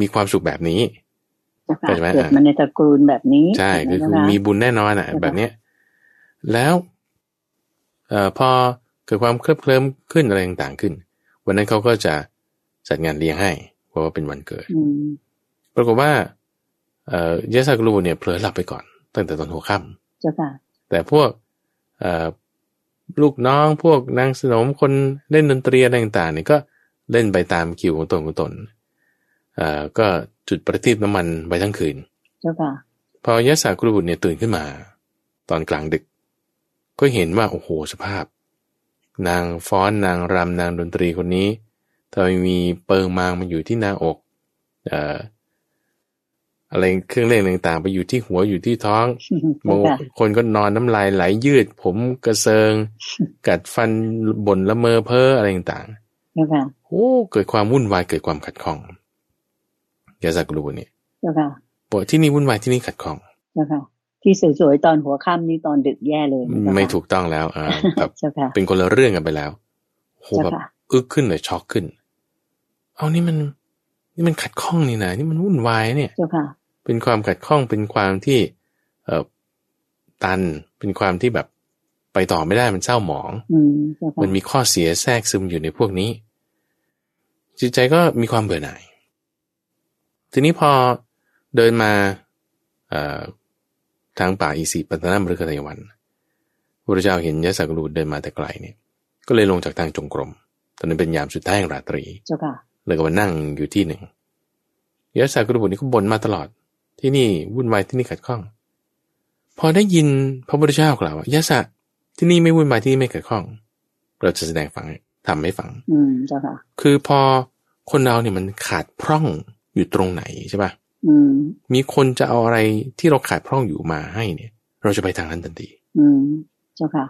B: มีความสุขแบบนี้
A: เจ้าค่ะ
B: ใช่ไหม
A: เกิดมาในตระกูลแบบนี้
B: ใช่คือคือ
A: เจ้าะ
B: มีบุญแน่นอนอ่ะ
A: ใช่ไหม
B: แบบเนี้ยแล้วเอ่อพอเกิดความเคลิบเคลิ้มขึ้นอะไรต่างๆขึ้น วันนั้นเขาก็จะจัดงานเลี้ยงให้เพราะว่าเป็นวันเกิด
A: อืม
B: ปรากฏว่าเอ่อยะสักรูเนี่ยเผลอหลับไปก่อน ตั้งแต่ตอนหัวค่
A: เจ้าค่ะ
B: ำแต่พวกเอ่อลูกน้องพวกนางสนมคนเล่นดนตรีอะไรต่างๆเนี่ยก็เล่นไปตามคิวของตนของตนเอ่อก็จุดประทีปน้ำมันไปทั้งคืน
A: เจ้าค่ะ
B: พอยะสากรุบุตรเนี่ยตื่นขึ้นมา ตอนกลางดึก ก็เห็นว่า โอ้โหสภาพ นางฟ้อนนางรำนางดนตรีคนนี้ทำไมมีเปิงมางมาอยู่ที่หน้าอกเอ่ออะไรเครื่องเล่นต่างๆ ไปอยู่ที่หัวอยู่ที่ท้องบาง
A: เจ้าค่ะ
B: คนก็นอนน้ำลายไหลยืด ผมกระเซิง กัดฟันบ่นละเมอเพ้ออะไรต่างๆ
A: เจ้าค่ะ
B: โอ้เกิดความวุ่นวายเกิดความขัดข้องยาสากรุบุตรเนี่ย
A: เจ้าค่ะ
B: บอกที่นี่วุ่นวายที่นี่ขัดข้อง
A: เจ้าค่ะ ที่สวยๆตอนหัวค่ำนี่ตอนดึกแย่เลยนะเจ้าค่ะ
B: ไม่ถูกต้องแล้วอ่าแบบ
A: เจ้าค่ะ
B: เป็นคนละเรื่องกันไปแล้วโห
A: เจ้า
B: แบบ
A: ค่ะ
B: อึกขึ้นเลยช็อกขึ้น เอานี่มันนี่มันขัดข้องนี่นะนี่มันวุ่นวายเนี่ย
A: เจ้าค่ะ
B: เป็นความขัดข้องเป็นความที่เอ่อตันเป็นความที่แบบไปต่อไม่ได้มันเศร้าหมอง
A: อืมเจ้าค่ะ
B: มันมีข้อเสียแทรกซึมอยู่ในพวกนี้ จิตใจก็มีความเบื่อหน่าย ทีนี้พอเดินมาเอ่อทางป่าอีสีปัตตนามฤกษไตวันพระเจ้าเห็นยะสักรูดเดินมาแต่ไกลเนี่ย ก็เลยลงจากทางจงกรม ตอนนั้นเป็นยามสุดท้ายแห่งราตรี
A: เจ้าค่ะ
B: เลยก็มานั่งอยู่ที่หนึ่งยศสากรุบุตรนี่ก็บ่นมาตลอด ที่นี่วุ่นวายที่นี่ขัดข้อง พอได้ยินพระพุทธเจ้ากล่าวว่ายะสะที่นี่ไม่วุ่นวายที่นี่ไม่ขัดข้อง เราจะแสดงฟังให้ทำให้ฟัง
A: อืมเจ้าค่ะ
B: คือพอคนเราเนี่ยมันขาดพร่องอยู่ตรงไหนใช่ปะ
A: อืม
B: มีคนจะเอาอะไรที่เราขาดพร่องอยู่มาให้เนี่ย เราจะไปทางนั้นทันที
A: อืมเจ้าค่ะ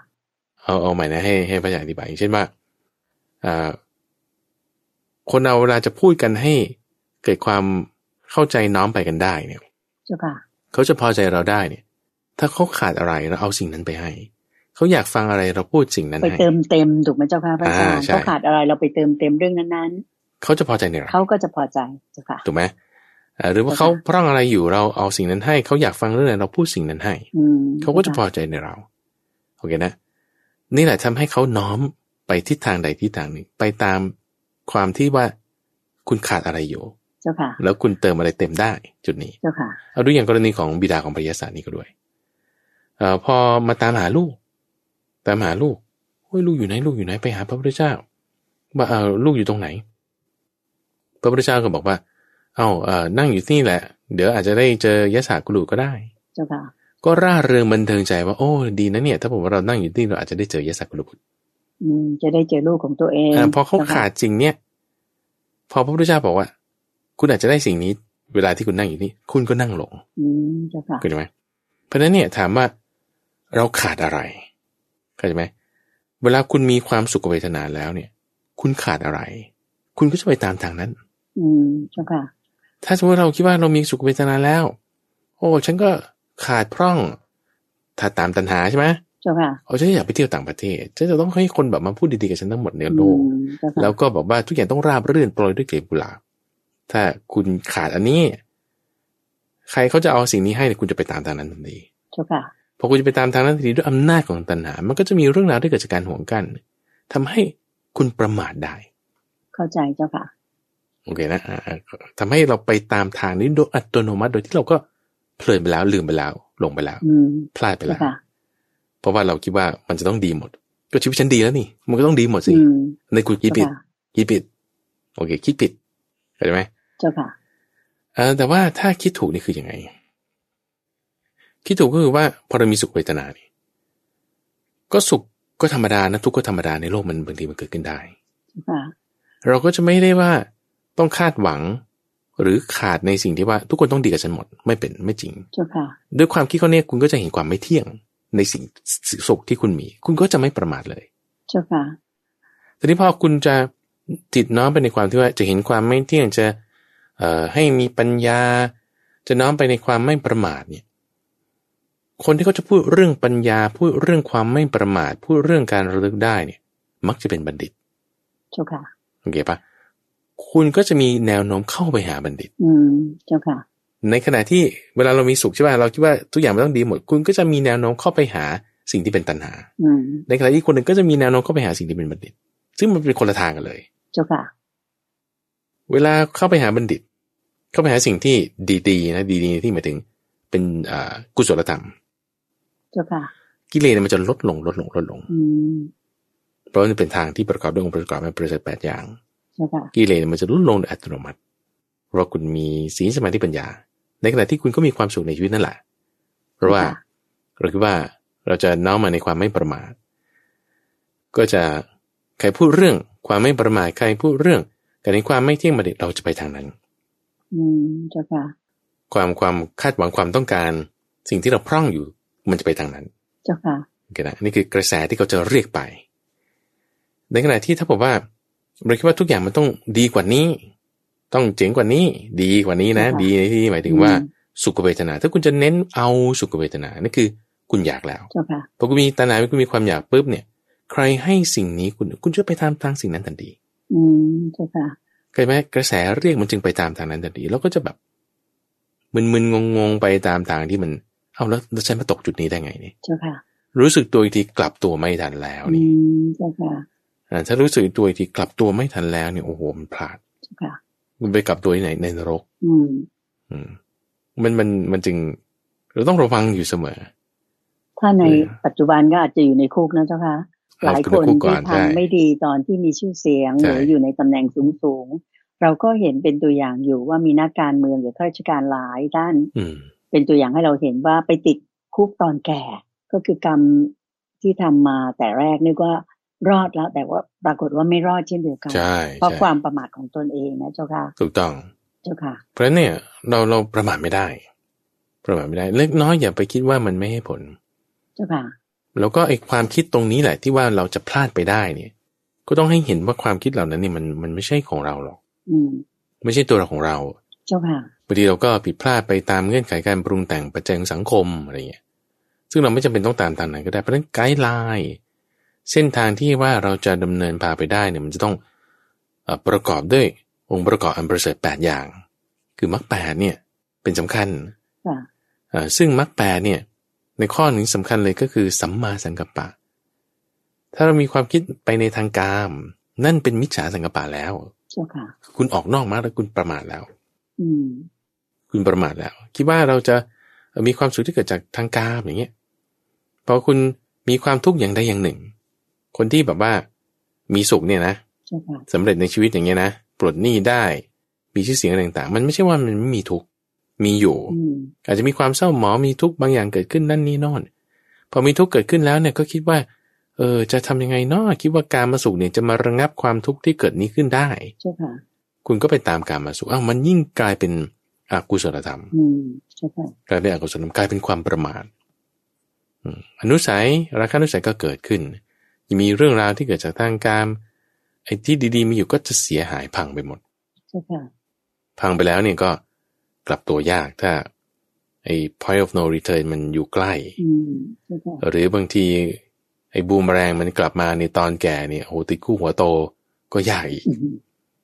B: เอาเอาใหม่นะให้ให้พระอาจารย์อธิบายอย่างเช่นว่าอ่า คนเราเวลาจะพูดกันให้เกิดความเข้าใจน้อมไปกันได้เนี่ย
A: เจ้าค่ะ
B: เขาจะพอใจเราได้เนี่ย ถ้าเขาขาดอะไรเราเอาสิ่งนั้นไปให้ เขาอยากฟังอะไรเราพูดสิ่งนั้น
A: ไป
B: ให้
A: เติมเต็มถูกไหมเจ้าค่ะพระอาจารย์
B: อ่าใช่
A: เขาขาดอะไรเราไปเติมเต็มเรื่องนั้น
B: เขาจะพอใจใน
A: ๆ
B: เรา
A: เขาก็จะพอใจเจ้าค่ะ
B: ถูกไหมอ่าหรือว่าเขาพร่องอะไรอยู่เราเอาสิ่งนั้นให้ เขาอยากฟังเรื่องไหนเราพูดสิ่งนั้นให้
A: อืม
B: เขาก็จะพอใจในเรา โอเคนะ นี่แหละทำให้เขาน้อมไปทิศทางใดทิศทางหนึ่ง ไปตามความที่ว่าคุณขาดอะไรอยู่
A: เจ้าค่ะ
B: แล้วคุณเติมอะไรเต็มได้จุดนี้
A: เจ้าค่ะ
B: เอาดูอย่างกรณีของบิดาของพระยาศาสนี่ก็ด้วยเอ่อพอมาตามหาลูก ตามหาลูกโอ้ยลูกอยู่ไหนลูกอยู่ไหนไปหาพระพุทธเจ้าว่าเออลูกอยู่ตรงไหน พระพุทธเจ้าก็บอกว่า เอ้าเออนั่งอยู่ที่นี่แหละ เดี๋ยวอาจจะได้เจอยศากุลูก็ได้
A: เจ้าค่ะ
B: ก็ร่าเริงบันเทิงใจว่าโอ้ดีนะเนี่ย ถ้าผมว่าเรานั่งอยู่ที่นี่เราอาจจะได้เจอยศกุลบุตร
A: อืม จะได้เจอลูกของตัวเอง
B: อ่าพอเขา
A: จ้ค่ะ
B: ขาดจริงเนี่ย พอพระพุทธเจ้าบอกว่า คุณอาจจะได้สิ่งนี้ เวลาที่คุณนั่งอยู่นี่คุณก็นั่งหลง
A: อืมเจ้าค่ะ
B: เข้าใจไหมเพราะฉะนั้นเนี่ยถามว่าเราขาดอะไรเข้าใจไหมเวลาคุณมีความสุขกับเวทนาแล้วเนี่ย คุณขาดอะไร คุณก็จะไปตามทางนั้น
A: อืมเจ้าค่ะ
B: ถ้าสมมติเราคิดว่าเรามีสุขเวทนาแล้ว โอ้ ฉันก็ขาดพร่อง ถ้าตามตัณหาใช่ไหม
A: เจ้าค่ะ
B: เอาฉันอยากไปเที่ยวต่างประเทศฉันจะต้องให้คนแบบมาพูดดีๆกับฉันทั้งหมดในโลก
A: อืมเจ้าค่ะ
B: แล้วก็บอกว่าทุกอย่างต้องราบรื่นโปรยด้วยกลีบกุหลาบ ถ้าคุณขาดอันนี้ ใครเขาจะเอาสิ่งนี้ให้เนี่ยคุณจะไปตามทางนั้นทันที
A: เจ้าค่ะ
B: พอคุณจะไปตามทางนั้นทันทีด้วยอำนาจของตัณหา มันก็จะมีเรื่องราวที่เกิดจากการห่วงกันทำให้คุณประมาทได้
A: เข้าใจเจ้าค่ะ
B: โอเคนะอ่าทำให้เราไปตามทางนี้โดยอัตโนมัติ โดยที่เราก็เพลินไปแล้วลืมไปแล้วหลงไปแล้ว
A: อืม
B: พลาดไปแล้
A: เจ้าว ค่ะ
B: เพราะว่าเราคิดว่ามันจะต้องดีหมด ก็ชีวิตฉันดีแล้วนี่ มันก็ต้องดีหมดสิ
A: อืม
B: ในกูคิด
A: เจ้า
B: ผิด
A: ค่ะ
B: คิดผิด โอเค คิดผิดเข้าใจไหม
A: เจ้าค่ะ
B: เออแต่ว่าถ้าคิดถูกนี่คือยังไง คิดถูกก็คือว่าพอเรามีสุขเวทนานี่ก็สุขก็ธรรมดานะทุกข์ก็ธรรมดาในโลกมันบางทีมันเกิดขึ้นได้
A: เจ้าค่ะ
B: เราก็จะไม่ได้ว่าต้องคาดหวัง หรือขาดในสิ่งที่ว่าทุกคนต้องดีกับฉันหมดไม่เป็นไม่จริง
A: เจ้าค่ะ
B: ด้วยความคิดข้อเนี้ยคุณก็จะเห็นความไม่เที่ยงในสิ่งสุขที่คุณมี คุณก็จะไม่ประมาทเลย
A: เจ้าค่ะ
B: ทีนี้พอคุณจะจิตน้อมไปในความที่ว่าจะเห็นความไม่เที่ยงจะเอ่อให้มีปัญญา จะน้อมไปในความไม่ประมาทเนี่ย คนที่เขาจะพูดเรื่องปัญญา พูดเรื่องความไม่ประมาท พูดเรื่องการระลึกได้เนี่ย มักจะเป็นบัณฑิต
A: เจ้าค่ะ
B: โอเคปะคุณก็จะมีแนวโน้มเข้าไปหาบัณฑิต
A: อืมเจ้าค่ะ
B: ในขณะที่เวลาเรามีสุขใช่ป่ะเราคิดว่าทุกอย่างมันต้องดีหมด คุณก็จะมีแนวโน้มเข้าไปหาสิ่งที่เป็นตัณหา
A: อืม
B: ในขณะที่คนหนึ่งก็จะมีแนวโน้มเข้าไปหาสิ่งที่เป็นบัณฑิต ซึ่งมันเป็นคนละทางกันเลย
A: เจ้าค่ะ
B: เวลาเข้าไปหาบัณฑิต เข้าไปหาสิ่งที่ดีๆนะดีๆที่หมายถึงเป็นอ่ากุศลธรรม
A: เจ้าค่ะ
B: กิเลสเนี่ยมันจะลดลงลดลงลดลง
A: อืม
B: เพราะมันเป็นทางที่ประกอบด้วยองค์ประกอบแม่ประเสริฐแปดอย่าง
A: เจ้าค่ะ
B: กิเลสเนี่ยมันจะลดลงโดยอัตโนมัติ เพราะคุณมีศีลสมาธิปัญญา ในขณะที่คุณก็มีความสุขในชีวิตนั่นแหละ เพราะว่า
A: ค่ะ
B: เราคิดว่าเราจะน้อมมาในความไม่ประมาท ก็จะใครพูดเรื่องความไม่ประมาทใครพูดเรื่องการในความไม่เที่ยงบัณฑิตเราจะไปทางนั้น
A: อืมเจ้าค่ะ
B: ความความคาดหวังความต้องการ สิ่งที่เราพร่องอยู่มันจะไปทางนั้น
A: เจ้าค่ะ
B: โอเคนะนี่คือกระแสที่เขาจะเรียกไป ในขณะที่ถ้าบอกว่าเราคิดว่าทุกอย่างมันต้องดีกว่านี้ ต้องเจ๋งกว่านี้ ดีกว่านี้นะ
A: ใช่ค่ะ
B: ดีในที่นี้หมายถึงว่า
A: อืม
B: สุขเวทนา ถ้าคุณจะเน้นเอาสุขเวทนานั่นคือคุณอยากแล้ว
A: เจ้าค่ะ
B: พอคุณมีตัณหาคุณมีความอยากปุ๊บเนี่ย ใครให้สิ่งนี้คุณคุณจะไปตามทางสิ่งนั้นทันที
A: อืมเจ้าค่ะ
B: เคยไหมกระแสเรียกมันจึงไปตามทางนั้นทันทีแล้วก็จะแบบมึนๆงงๆไปตามทางที่มัน เอาแล้วแล้วฉันมาตกจุดนี้ได้ไงนี่
A: เจ้าค่ะ
B: รู้สึกตัวอีกทีกลับตัวไม่ทันแล้ว
A: อื
B: นี่
A: มเจ้าค่ะ
B: อ่าถ้ารู้สึกตัวอีกทีกลับตัวไม่ทันแล้วเนี่ยโอ้โหมันพลาด
A: เจ้าค่ะ
B: มันไปกลับตัวที่ไหนในนรก
A: อืม
B: อืม มันมันมันจึงเราต้องระวังอยู่เสมอ
A: ถ้าใน
B: เออ
A: ปัจจุบันก็อาจจะอยู่ในคุกนะเจ้าค่ะ หลายคน
B: อยู่ในคุกก่อ
A: ที่
B: นใช่
A: ทำไม่ดีตอนที่มีชื่อเสียงห
B: ใช่
A: รืออยู่ในตำแหน่งสูงสูงๆเราก็เห็นเป็นตัวอย่างอยู่ว่ามีนักการเมืองหรือข้าราชการหลายด้าน
B: อืม
A: เป็นตัวอย่างให้เราเห็นว่าไปติดคุกตอนแก่ก็คือกรรมที่ทำมาแต่แรกนึกว่ารอดแล้วแต่ว่าปรากฏว่าไม่รอดเช่นเดียวกัน
B: ใช่
A: เพราะ
B: ใช่
A: ความประมาทของตนเองนะเจ้าค่ะ
B: ถูกต้อง
A: เจ้าค่ะ
B: เพราะฉะนั้นเนี่ย เราเราประมาทไม่ได้ ประมาทไม่ได้ เล็กน้อยอย่าไปคิดว่ามันไม่ให้ผล
A: เจ้าค่ะ
B: แล้วก็ไอ้ความคิดตรงนี้แหละที่ว่าเราจะพลาดไปได้เนี่ย ก็ต้องให้เห็นว่าความคิดเหล่านั้นเนี่ยมันมันไม่ใช่ของเราหรอก
A: อืม
B: ไม่ใช่ตัวเราของเรา
A: เจ้าค่ะ
B: บางทีเราก็ผิดพลาดไปตามเงื่อนไขการปรุงแต่งปัจจัยของสังคมอะไรเงี้ยซึ่งเราไม่จำเป็นต้องตามทางนั้นก็ได้เพราะฉะนั้นไกด์ไลน์เส้นทางที่ว่าเราจะดำเนินพาไปได้เนี่ยมันจะต้องเออประกอบด้วยองค์ประกอบอันประเสริฐแปดอย่าง คือมรรคแปดเนี่ยเป็นสำคัญ
A: ค่ะ
B: เอ่อซึ่งมรรคแปดเนี่ย ในข้อหนึ่งสำคัญเลยก็คือสัมมาสังกัปปะ ถ้าเรามีความคิดไปในทางกาม นั่นเป็นมิจฉาสังกัปปะแล้ว
A: เจ้าค่ะ
B: คุณออกนอกมรรคแล้วคุณประมาทแล้ว
A: อืม
B: คุณประมาทแล้ว คิดว่าเราจะมีความสุขที่เกิดจากทางกามอย่างเงี้ยพอคุณมีความทุกข์อย่างใดอย่างหนึ่ง คนที่แบบว่ามีสุขเนี่ยนะ
A: เจ้าค่ะ
B: สำเร็จในชีวิตอย่างเงี้ยนะปลดหนี้ได้ มีชื่อเสียงอะไรต่างๆ มันไม่ใช่ว่ามันไม่มีทุกข์มีอยู่
A: อืม
B: อาจจะมีความเศร้าหมองมีทุกข์บางอย่างเกิดขึ้นนั่นนี่นอน พอมีทุกข์เกิดขึ้นแล้วเนี่ยก็คิดว่า เออ จะทำยังไงเนาะคิดว่าการมาสุขเนี่ยจะมาระงับความทุกข์ที่เกิดนี้ขึ้นได้
A: เจ้าค่ะ
B: คุณก็ไปตามการมาสุขอ้าวมันยิ่งกลายเป็นอกุศลธรรม
A: อืม เจ้าค่ะ
B: กลายเป็นอกุศลธรรมกลายเป็นความประมาทอืมอนุสัยราคะอนุสัยก็เกิดขึ้น มีเรื่องราวที่เกิดจากทางการมไอ้ที่ดีๆ มีอยู่ก็จะเสียหายพังไปหมด
A: เจ้าค่ะ
B: พังไปแล้วเนี่ยก็กลับตัวยากถ้า ไอ้ point of no return มันอยู่ใกล้
A: อืมใช่ค่ะ
B: หรือบางที ไอ้บูมแรงมันกลับมาในตอนแก่เนี่ยโอ้โหติดคู่หัวโตก็ยากอีก
A: อืม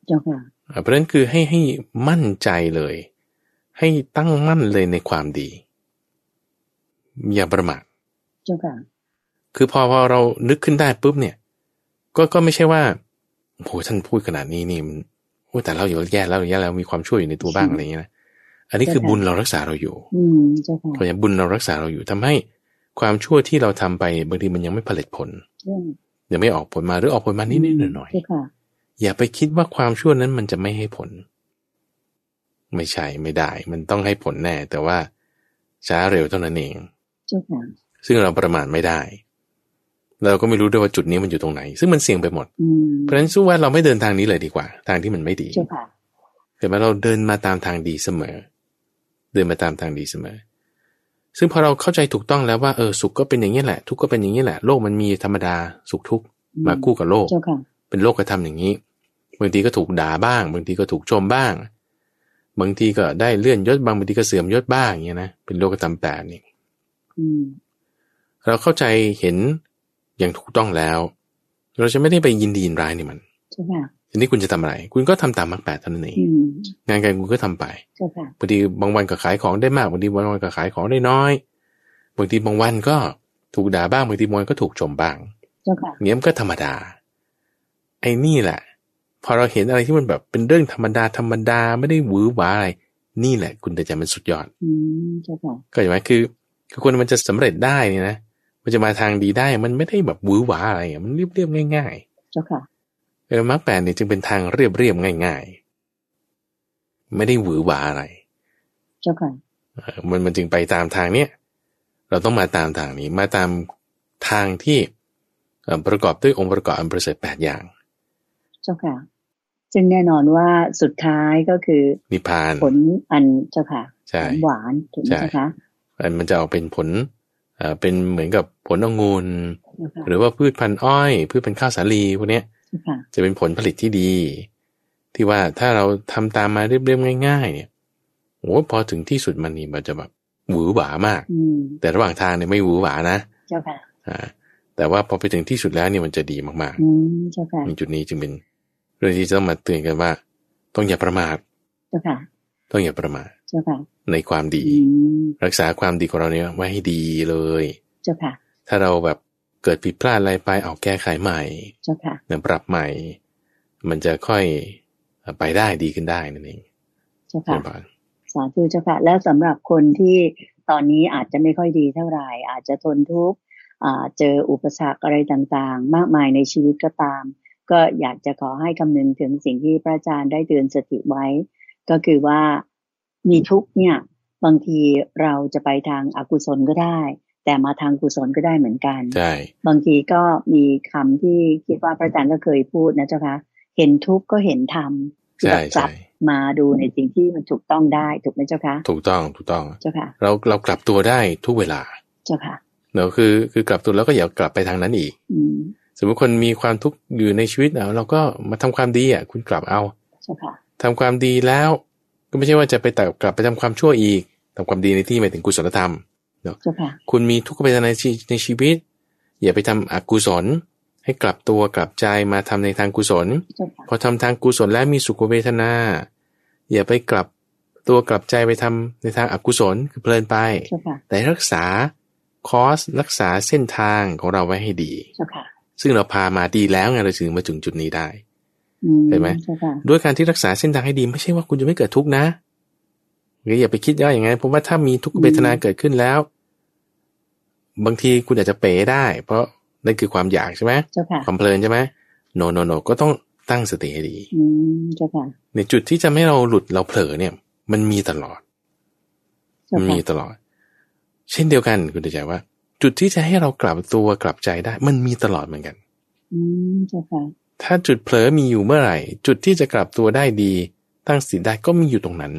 A: เจ้าค่ะ
B: อ่ะเพราะฉะนั้นคือให้ให้มั่นใจเลย ให้ตั้งมั่นเลยในความดี อย่าประมาท
A: เจ้าค่ะ
B: คือพอพอเรานึกขึ้นได้ปุ๊บเนี่ย ก็ก็ไม่ใช่ว่าโอ้โหท่านพูดขนาดนี้นี่มันโอ้ยแต่เราอยู่แย่แล้วแย่แล้วมีความช่วยอยู่ในตัวบ้างอะไรอย่างเงี้ยนะอันนี้คือ
A: ใช่ค่ะ
B: บุญเรารักษาเราอยู่
A: อืมเจ้าค่ะ
B: เพราะฉะนั้นบุญเรารักษาเราอยู่ทำให้ความชั่วที่เราทำไปบางทีมันยังไม่ผลิตผล
A: เรื่อง
B: ยังไม่ออกผลมาหรือออกผลมานิดๆหน่อย
A: เจ้าค่ะ
B: ๆอย่าไปคิดว่าความชั่วนั้นมันจะไม่ให้ผล ไม่ใช่ไม่ได้ มันต้องให้ผลแน่ แต่ว่าช้าเร็วเท่านั้นเอง
A: เจ้าค่ะ
B: ซึ่งเราประมาทไม่ได้ เราก็ไม่รู้ด้วยว่าจุดนี้มันอยู่ตรงไหน ซึ่งมันเสี่ยงไปหมด
A: อืม
B: เพราะฉะนั้นสู้ว่าเราไม่เดินทางนี้เลยดีกว่า ทางที่มันไม่ดี
A: เจ้าค่ะ
B: แต่ว่าเราเดินมาตามทางดีเสมอ เดินมาตามทางดีเสมอ ซึ่งพอเราเข้าใจถูกต้องแล้วว่าเออสุขก็เป็นอย่างนี้แหละ ทุกข์ก็เป็นอย่างนี้แหละ โลกมันมีธรรมดาสุขทุกข์มาคู่กับโลก
A: เจ้าค่ะ
B: เป็นโลกกระทำอย่างนี้ บางทีก็ถูกด่าบ้าง บางทีก็ถูกชมบ้าง บางทีก็ได้เลื่อนยศบางบางทีก็เสื่อมยศบ้างอย่างเงี้ยนะเป็นโลกกระทำแปดนี่
A: อืม
B: เราเข้าใจเห็นอย่างถูกต้องแล้ว เราจะไม่ได้ไปยินดียินร้ายในมัน
A: เจ้าค่ะ
B: ทีนี้คุณจะทำอะไร คุณก็ทำตามมรรคแปดเท่านั้นเอง
A: อืม
B: งานการคุณก็ทำไป
A: เจ้าค่ะ
B: บางทีบางวันก็ขายของได้มากบางทีบางวันก็ขายของได้น้อยบางทีบางวันก็ถูกด่าบ้างบางทีบางวันก็ถูกชมบ้าง
A: เจ้าค่ะ
B: เงี้ยมันก็ธรรมดา ไอ้นี่แหละ พอเราเห็นอะไรที่มันแบบเป็นเรื่องธรรมดาธรรมดาไม่ได้หวือหวาอะไรนี่แหละ คุณแต่ใจมันสุดยอด
A: อืมเจ้าค่ะ
B: ก็อย่างไรคือคือคนมันจะสำเร็จได้เนี่ยนะ มันจะมาทางดีได้ มันไม่ได้แบบหวือหวาอะไรอะมันเรียบๆง่าย
A: เจ้าค่ะ
B: ๆเออมรรคแปดเนี่ยจึงเป็นทางเรียบๆง่าย ๆ ไม่ได้หวือหวาอะไร
A: เจ้าค่ะ
B: เออมันมันจึงไปตามทางเนี้ยเราต้องมาตามทางนี้ มาตามทางที่เอ่อประกอบด้วยองค์ประกอบอันประเสริฐแปดอย่าง
A: เจ้าค่ะ ซึ่งแน่นอนว่าสุดท้ายก็คือ
B: นิพพาน
A: ผลอันเจ้าค่ะ
B: ใช่
A: หวานถูกไหมเจ้าค่ะ
B: อันมันจะออกเป็นผลเอ่อเป็นเหมือนกับผลองุ่น
A: เจ้าค่ะ
B: หรือว่าพืชพันธุ์อ้อย พืชพันธุ์ข้าวสาลีพวกเนี้ย
A: เจ้าค่ะ
B: จะเป็นผลผลิตที่ดี ที่ว่าถ้าเราทำตามมาเรียบๆง่าย ๆ เนี่ยโอ้พอถึงที่สุดมันนี่มันจะแบบหวือหวามาก
A: อืม
B: แต่ระหว่างทางเนี่ยไม่หวือหวานะ
A: เจ้าค่ะ
B: อ่าแต่ว่าพอไปถึงที่สุดแล้วเนี่ยมันจะดีมาก
A: อืมเจ้าค่ะ
B: ๆมีจุดนี้จึงเป็นเรื่องที่จะต้องมาเตือนกันว่า ต้องอย่าประมาท
A: เจ้าค่ะ
B: ต้องอย่าประมาท
A: เจ้าค่ะ
B: ในความดี
A: อืม
B: รักษาความดีของเราเนี่ยไว้ให้ดีเลย
A: เจ้าค่ะ
B: ถ้าเราแบบเกิดผิดพลาดอะไรไปเอาแก้ไขใหม่
A: เจ้าค่ะ
B: นะปรับใหม่ มันจะค่อยเอ่อไปได้ดีขึ้นได้นั่นเอง
A: เจ้า
B: คุ
A: ค่ะ
B: ณบาล
A: สาธุเจ้าค่ะ และสำหรับคนที่ตอนนี้อาจจะไม่ค่อยดีเท่าไหร่ อาจจะทนทุกข์อ่าเจออุปสรรคอะไรต่างๆ มากมายในชีวิตก็ตาม ก็อยากจะขอให้คำนึงถึงสิ่งที่พระอาจารย์ได้เตือนสติไว้ ก็คือว่ามีทุกข์เนี่ย บางทีเราจะไปทางอากุศลก็ได้ แต่มาทางกุศลก็ได้เหมือนกัน
B: ใช่
A: บางทีก็มีคำที่คิดว่าพระอาจารย์ก็เคยพูดนะเจ้าคะเห็นทุกข์ก็เห็นธรรมคือ
B: ใช่
A: แบบจั
B: ใช่
A: บมาดูในสิ่งที่มันถูกต้องได้ถูกไหมเจ้าคะ
B: ถูกต้องถูกต้อง
A: เจ้าค่ะ
B: เราเรากลับตัวได้ทุกเวลา
A: เจ้าค่ะ
B: เนอะคือคือกลับตัวแล้วก็อย่ากลับไปทางนั้นอีก
A: อืม
B: สมมติคนมีความทุกข์อยู่ในชีวิตเอาเราก็มาทำความดีอ่ะคุณกลับเอา
A: เจ้าค่ะ
B: ทำความดีแล้ว ก็ไม่ใช่ว่าจะไปแต่กลับไปทำความชั่วอีกทำความดีในที่หมายถึงกุศลธรรม
A: เจ้าค่ะ
B: คุณมีทุกขเวทนาในชีในชีวิต อย่าไปทำอกุศล ให้กลับตัวกลับใจมาทำในทางกุศล
A: เจ้าค่ะ
B: พอทำทางกุศลแล้วมีสุขเวทนา อย่าไปกลับตัวกลับใจไปทำในทางอกุศลคือเพลินไป
A: เจ้าค่ะ
B: แต่รักษาคอร์สรักษาเส้นทางของเราไว้ให้ดี
A: เจ้าค่ะ
B: ซึ่งเราพามาดีแล้วไงเราถึงมาถึงจุดนี้ได้
A: อื
B: เห็นไหม
A: เจ้าค่ะ
B: ด้วยการที่รักษาเส้นทางให้ดี ไม่ใช่ว่าคุณจะไม่เกิดทุกข์นะหรืออย่าไปคิดว่าอย่างไงผมว่าถ้ามีทุกขเวทนาเกิดขึ้นแล้ว บางทีคุณอาจจะเป๋ได้ เพราะนั่นคือความอยากใช่ไหม
A: เจ้าค่ะ
B: ความเพลินใช่ไหมโนโนโนก็ต้องตั้งสติให้ดี
A: อืม เจ้าค่ะ
B: ในจุดที่จะไม่เราหลุดเราเผลอเนี่ย มันมีตลอด
A: เจ้า
B: มัน
A: ค่ะ
B: มีตลอด เช่นเดียวกันคุณใจว่า จุดที่จะให้เรากลับตัวกลับใจได้ มันมีตลอดเหมือนกัน
A: อืม เจ้าค่ะ
B: ถ้าจุดเผลอมีอยู่เมื่อไหร่ จุดที่จะกลับตัวได้ดี ตั้งสติได้ก็มีอยู่ตรงนั้น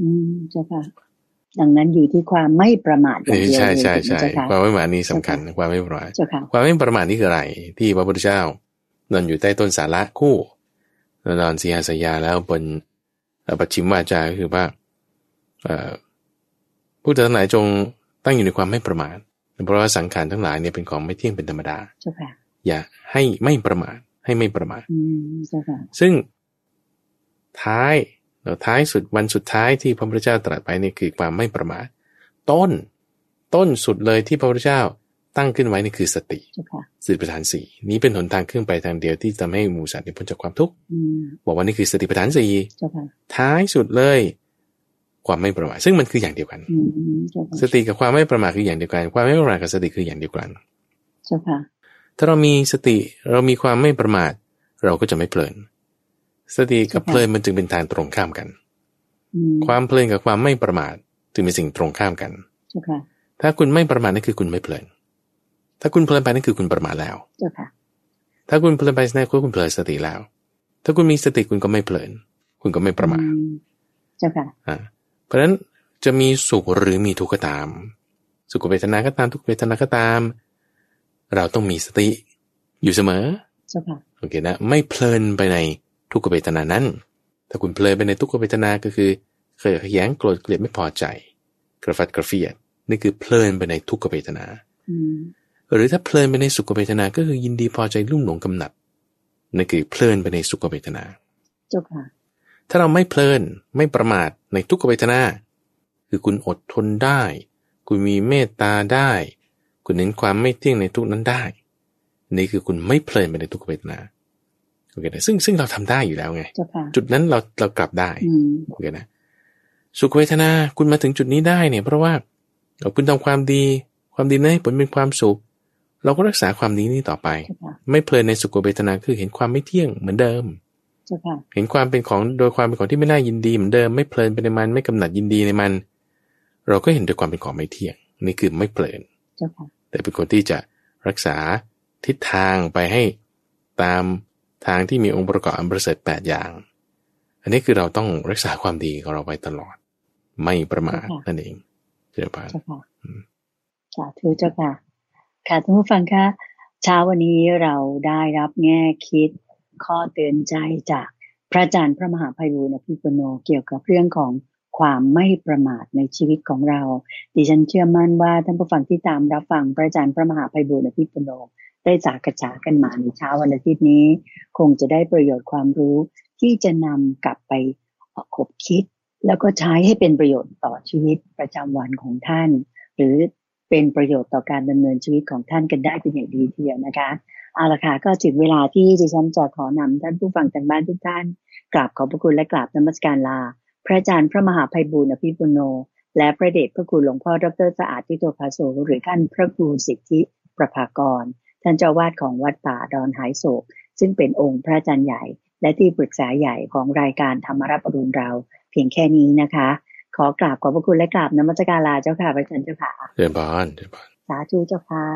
A: อืม เจ้าค่ะ ดังนั้นอยู่ที่ความไม่ประมาทอย่างเดียว
B: ใช่
A: เลย
B: ใช่
A: ถูก
B: ใช่
A: ไหมเจ้าค่ะ
B: ความไม่ประมาทนี่สำคัญความไม่ประมาท
A: เจ้าค่ะ
B: ความไม่ประมาทนี่คืออะไร ที่พระพุทธเจ้านอนอยู่ใต้ต้นสาระคู่นอนสีหาสยาแล้วบนเอ่อปัจฉิมวาจาก็คือว่าเอ่อ ผู้เธอทั้งหลายจงตั้งอยู่ในความไม่ประมาทเพราะว่าสังขารทั้งหลายเนี่ยเป็นของไม่เที่ยงเป็นธรรมดา
A: เจ้าค่ะ
B: อย่าให้ไม่ประมาทให้ไม่ประมาท
A: อืมเจ้าค่ะ
B: ซึ่งท้ายเอ่อท้ายสุดวันสุดท้ายที่พระพุทธเจ้าตรัสไปนี่คือความไม่ประมาท ต้นต้นสุดเลยที่พระพุทธเจ้าตั้งขึ้นไว้นี่คือสติ
A: เจ้าค่ะ
B: สติปัฏฐานสี่นี้เป็นหนทางเครื่องไปทางเดียวที่ทำให้หมูสัตว์เนี่ยพ้นจากความทุกข์
A: อืม
B: บอกว่านี่คือสติปัฏฐานสี่
A: เจ้าค่ะ
B: ท้ายสุดเลย ความไม่ประมาทซึ่งมันคืออย่างเดียวกัน
A: อืมเจ้าค่ะ
B: สติกับความไม่ประมาทคืออย่างเดียวกัน ความไม่ประมาทกับสติคืออย่างเดียวกัน
A: เจ้าค่ะ
B: ถ้าเรามีสติเรามีความไม่ประมาท เราก็จะไม่เพลิน สติกับเพลินมันจึงเป็นทางตรงข้ามกัน
A: อืม
B: ความเพลินกับความไม่ประมาทจึงเป็นสิ่งตรงข้ามกัน
A: เจ้าค่ะ
B: ถ้าคุณไม่ประมาทนั่นคือคุณไม่เพลิน ถ้าคุณเพลินไปนั่นคือคุณประมาทแล้ว
A: เจ้าค่ะ
B: ถ้าคุณเพลินไปนั่นคือคุณเพลินสติแล้ว ถ้าคุณมีสติคุณก็ไม่เพลิน คุณก็ไม่ประมาท
A: อืเจ้าค่ะ
B: อ่ะเพราะฉะนั้นจะมีสุขหรือมีทุกข์ก็ตาม สุขเวทนาก็ตามทุกขเวทนาก็ตาม เราต้องมีสติอยู่เสมอ
A: เจ้าค่ะ
B: โอเคนะไม่เพลินไปในทุกขเวทนานั้น ถ้าคุณเพลินไปในทุกขเวทนาก็คือเคยแย้งโกรธเกลียดไม่พอใจ กระฟัดกระเฟียดนี่คือเพลินไปในทุกขเวทนา
A: อืม
B: หรือถ้าเพลินไปในสุขเวทนาก็คือยินดีพอใจลุ่มหลงกำหนัดนั่นคือเพลินไปในสุขเวทนา
A: เจ้าค่ะ
B: ถ้าเราไม่เพลินไม่ประมาทในทุกขเวทนา คือคุณอดทนได้ คุณมีเมตตาได้ คุณเน้นความไม่เที่ยงในทุกนั้นได้ นี่คือคุณไม่เพลินไปในทุกขเวทนาโอเคนะซึ่งซึ่งเราทำได้อยู่แล้วไง
A: เจ้าค่ะ
B: จุดนั้นเราเรากลับได้
A: อืม
B: โอเคนะสุขเวทนาคุณมาถึงจุดนี้ได้เนี่ย เพราะว่าเอาคุณทำความดี ความดีนั้นให้ผลเป็นความสุข เราก็รักษาความดีนี้ต่อไป
A: เจ้าค่ะ
B: ไม่เพลินในสุขเวทนาคือเห็นความไม่เที่ยงเหมือนเดิม
A: เจ้าค่ะ
B: เห็นความเป็นของโดยความเป็นของที่ไม่น่ายินดีเหมือนเดิมไม่เพลินไปในมันไม่กำหนัดยินดีในมัน เราก็เห็นโดยความเป็นของไม่เที่ยง นี่คือไม่เพลิน
A: เจ้าค่ะ
B: แต่เป็นคนที่จะรักษาทิศทางไปให้ตามทางที่มีองค์ประกอบอันประเสริฐแปดอย่าง อันนี้คือเราต้องรักษาความดีของเราไว้ตลอด ไม่ประมาท
A: ค่ะ
B: นั่นเองเจ้าพาน
A: เจ้าค่ะ
B: อืม
A: สาธุเจ้าค่ะ ค่ะท่านผู้ฟังคะเช้าวันนี้เราได้รับแง่คิด ข้อเตือนใจจากพระอาจารย์พระมหาภัยบูลอภิปุโนเกี่ยวกับเรื่องของความไม่ประมาทในชีวิตของเรา ดิฉันเชื่อมั่นว่าท่านผู้ฟังที่ตามรับฟังพระอาจารย์พระมหาภัยบูลอภิปุโนได้จากกระจากันมาในเช้าวันอาทิตย์นี้ คงจะได้ประโยชน์ความรู้ที่จะนำกลับไปขบคิด แล้วก็ใช้ให้เป็นประโยชน์ต่อชีวิตประจำวันของท่าน หรือเป็นประโยชน์ต่อการดำเนินชีวิตของท่านกันได้เป็นอย่างดีทีเดียวนะคะเอาละค่ะก็ถึงเวลาที่ดิฉันจะขอนำท่านผู้ฟังทางบ้านทุกท่านกราบขอบพระคุณและกราบนมัสการลา พระอาจารย์พระมหาภัยบูรณ์อภิปุโน และพระเดชพระคุณหลวงพ่อดรสะอาดทิโตภาโสหรือท่านพระครูสิทธิประภากร ท่านเจ้าวาดของวัดป่าดอนหายโศก ซึ่งเป็นองค์พระอาจารย์ใหญ่ และที่ปรึกษาใหญ่ของรายการธรรมรับอรุณเรา เพียงแค่นี้นะคะ ขอกราบขอบพระคุณและกราบนมัสการลาเจ้าค่ะพระอาจารย์เจ้าค่ะ
B: เจ้าพานเจ้าพาน
A: สาธุเจ้าค่ะ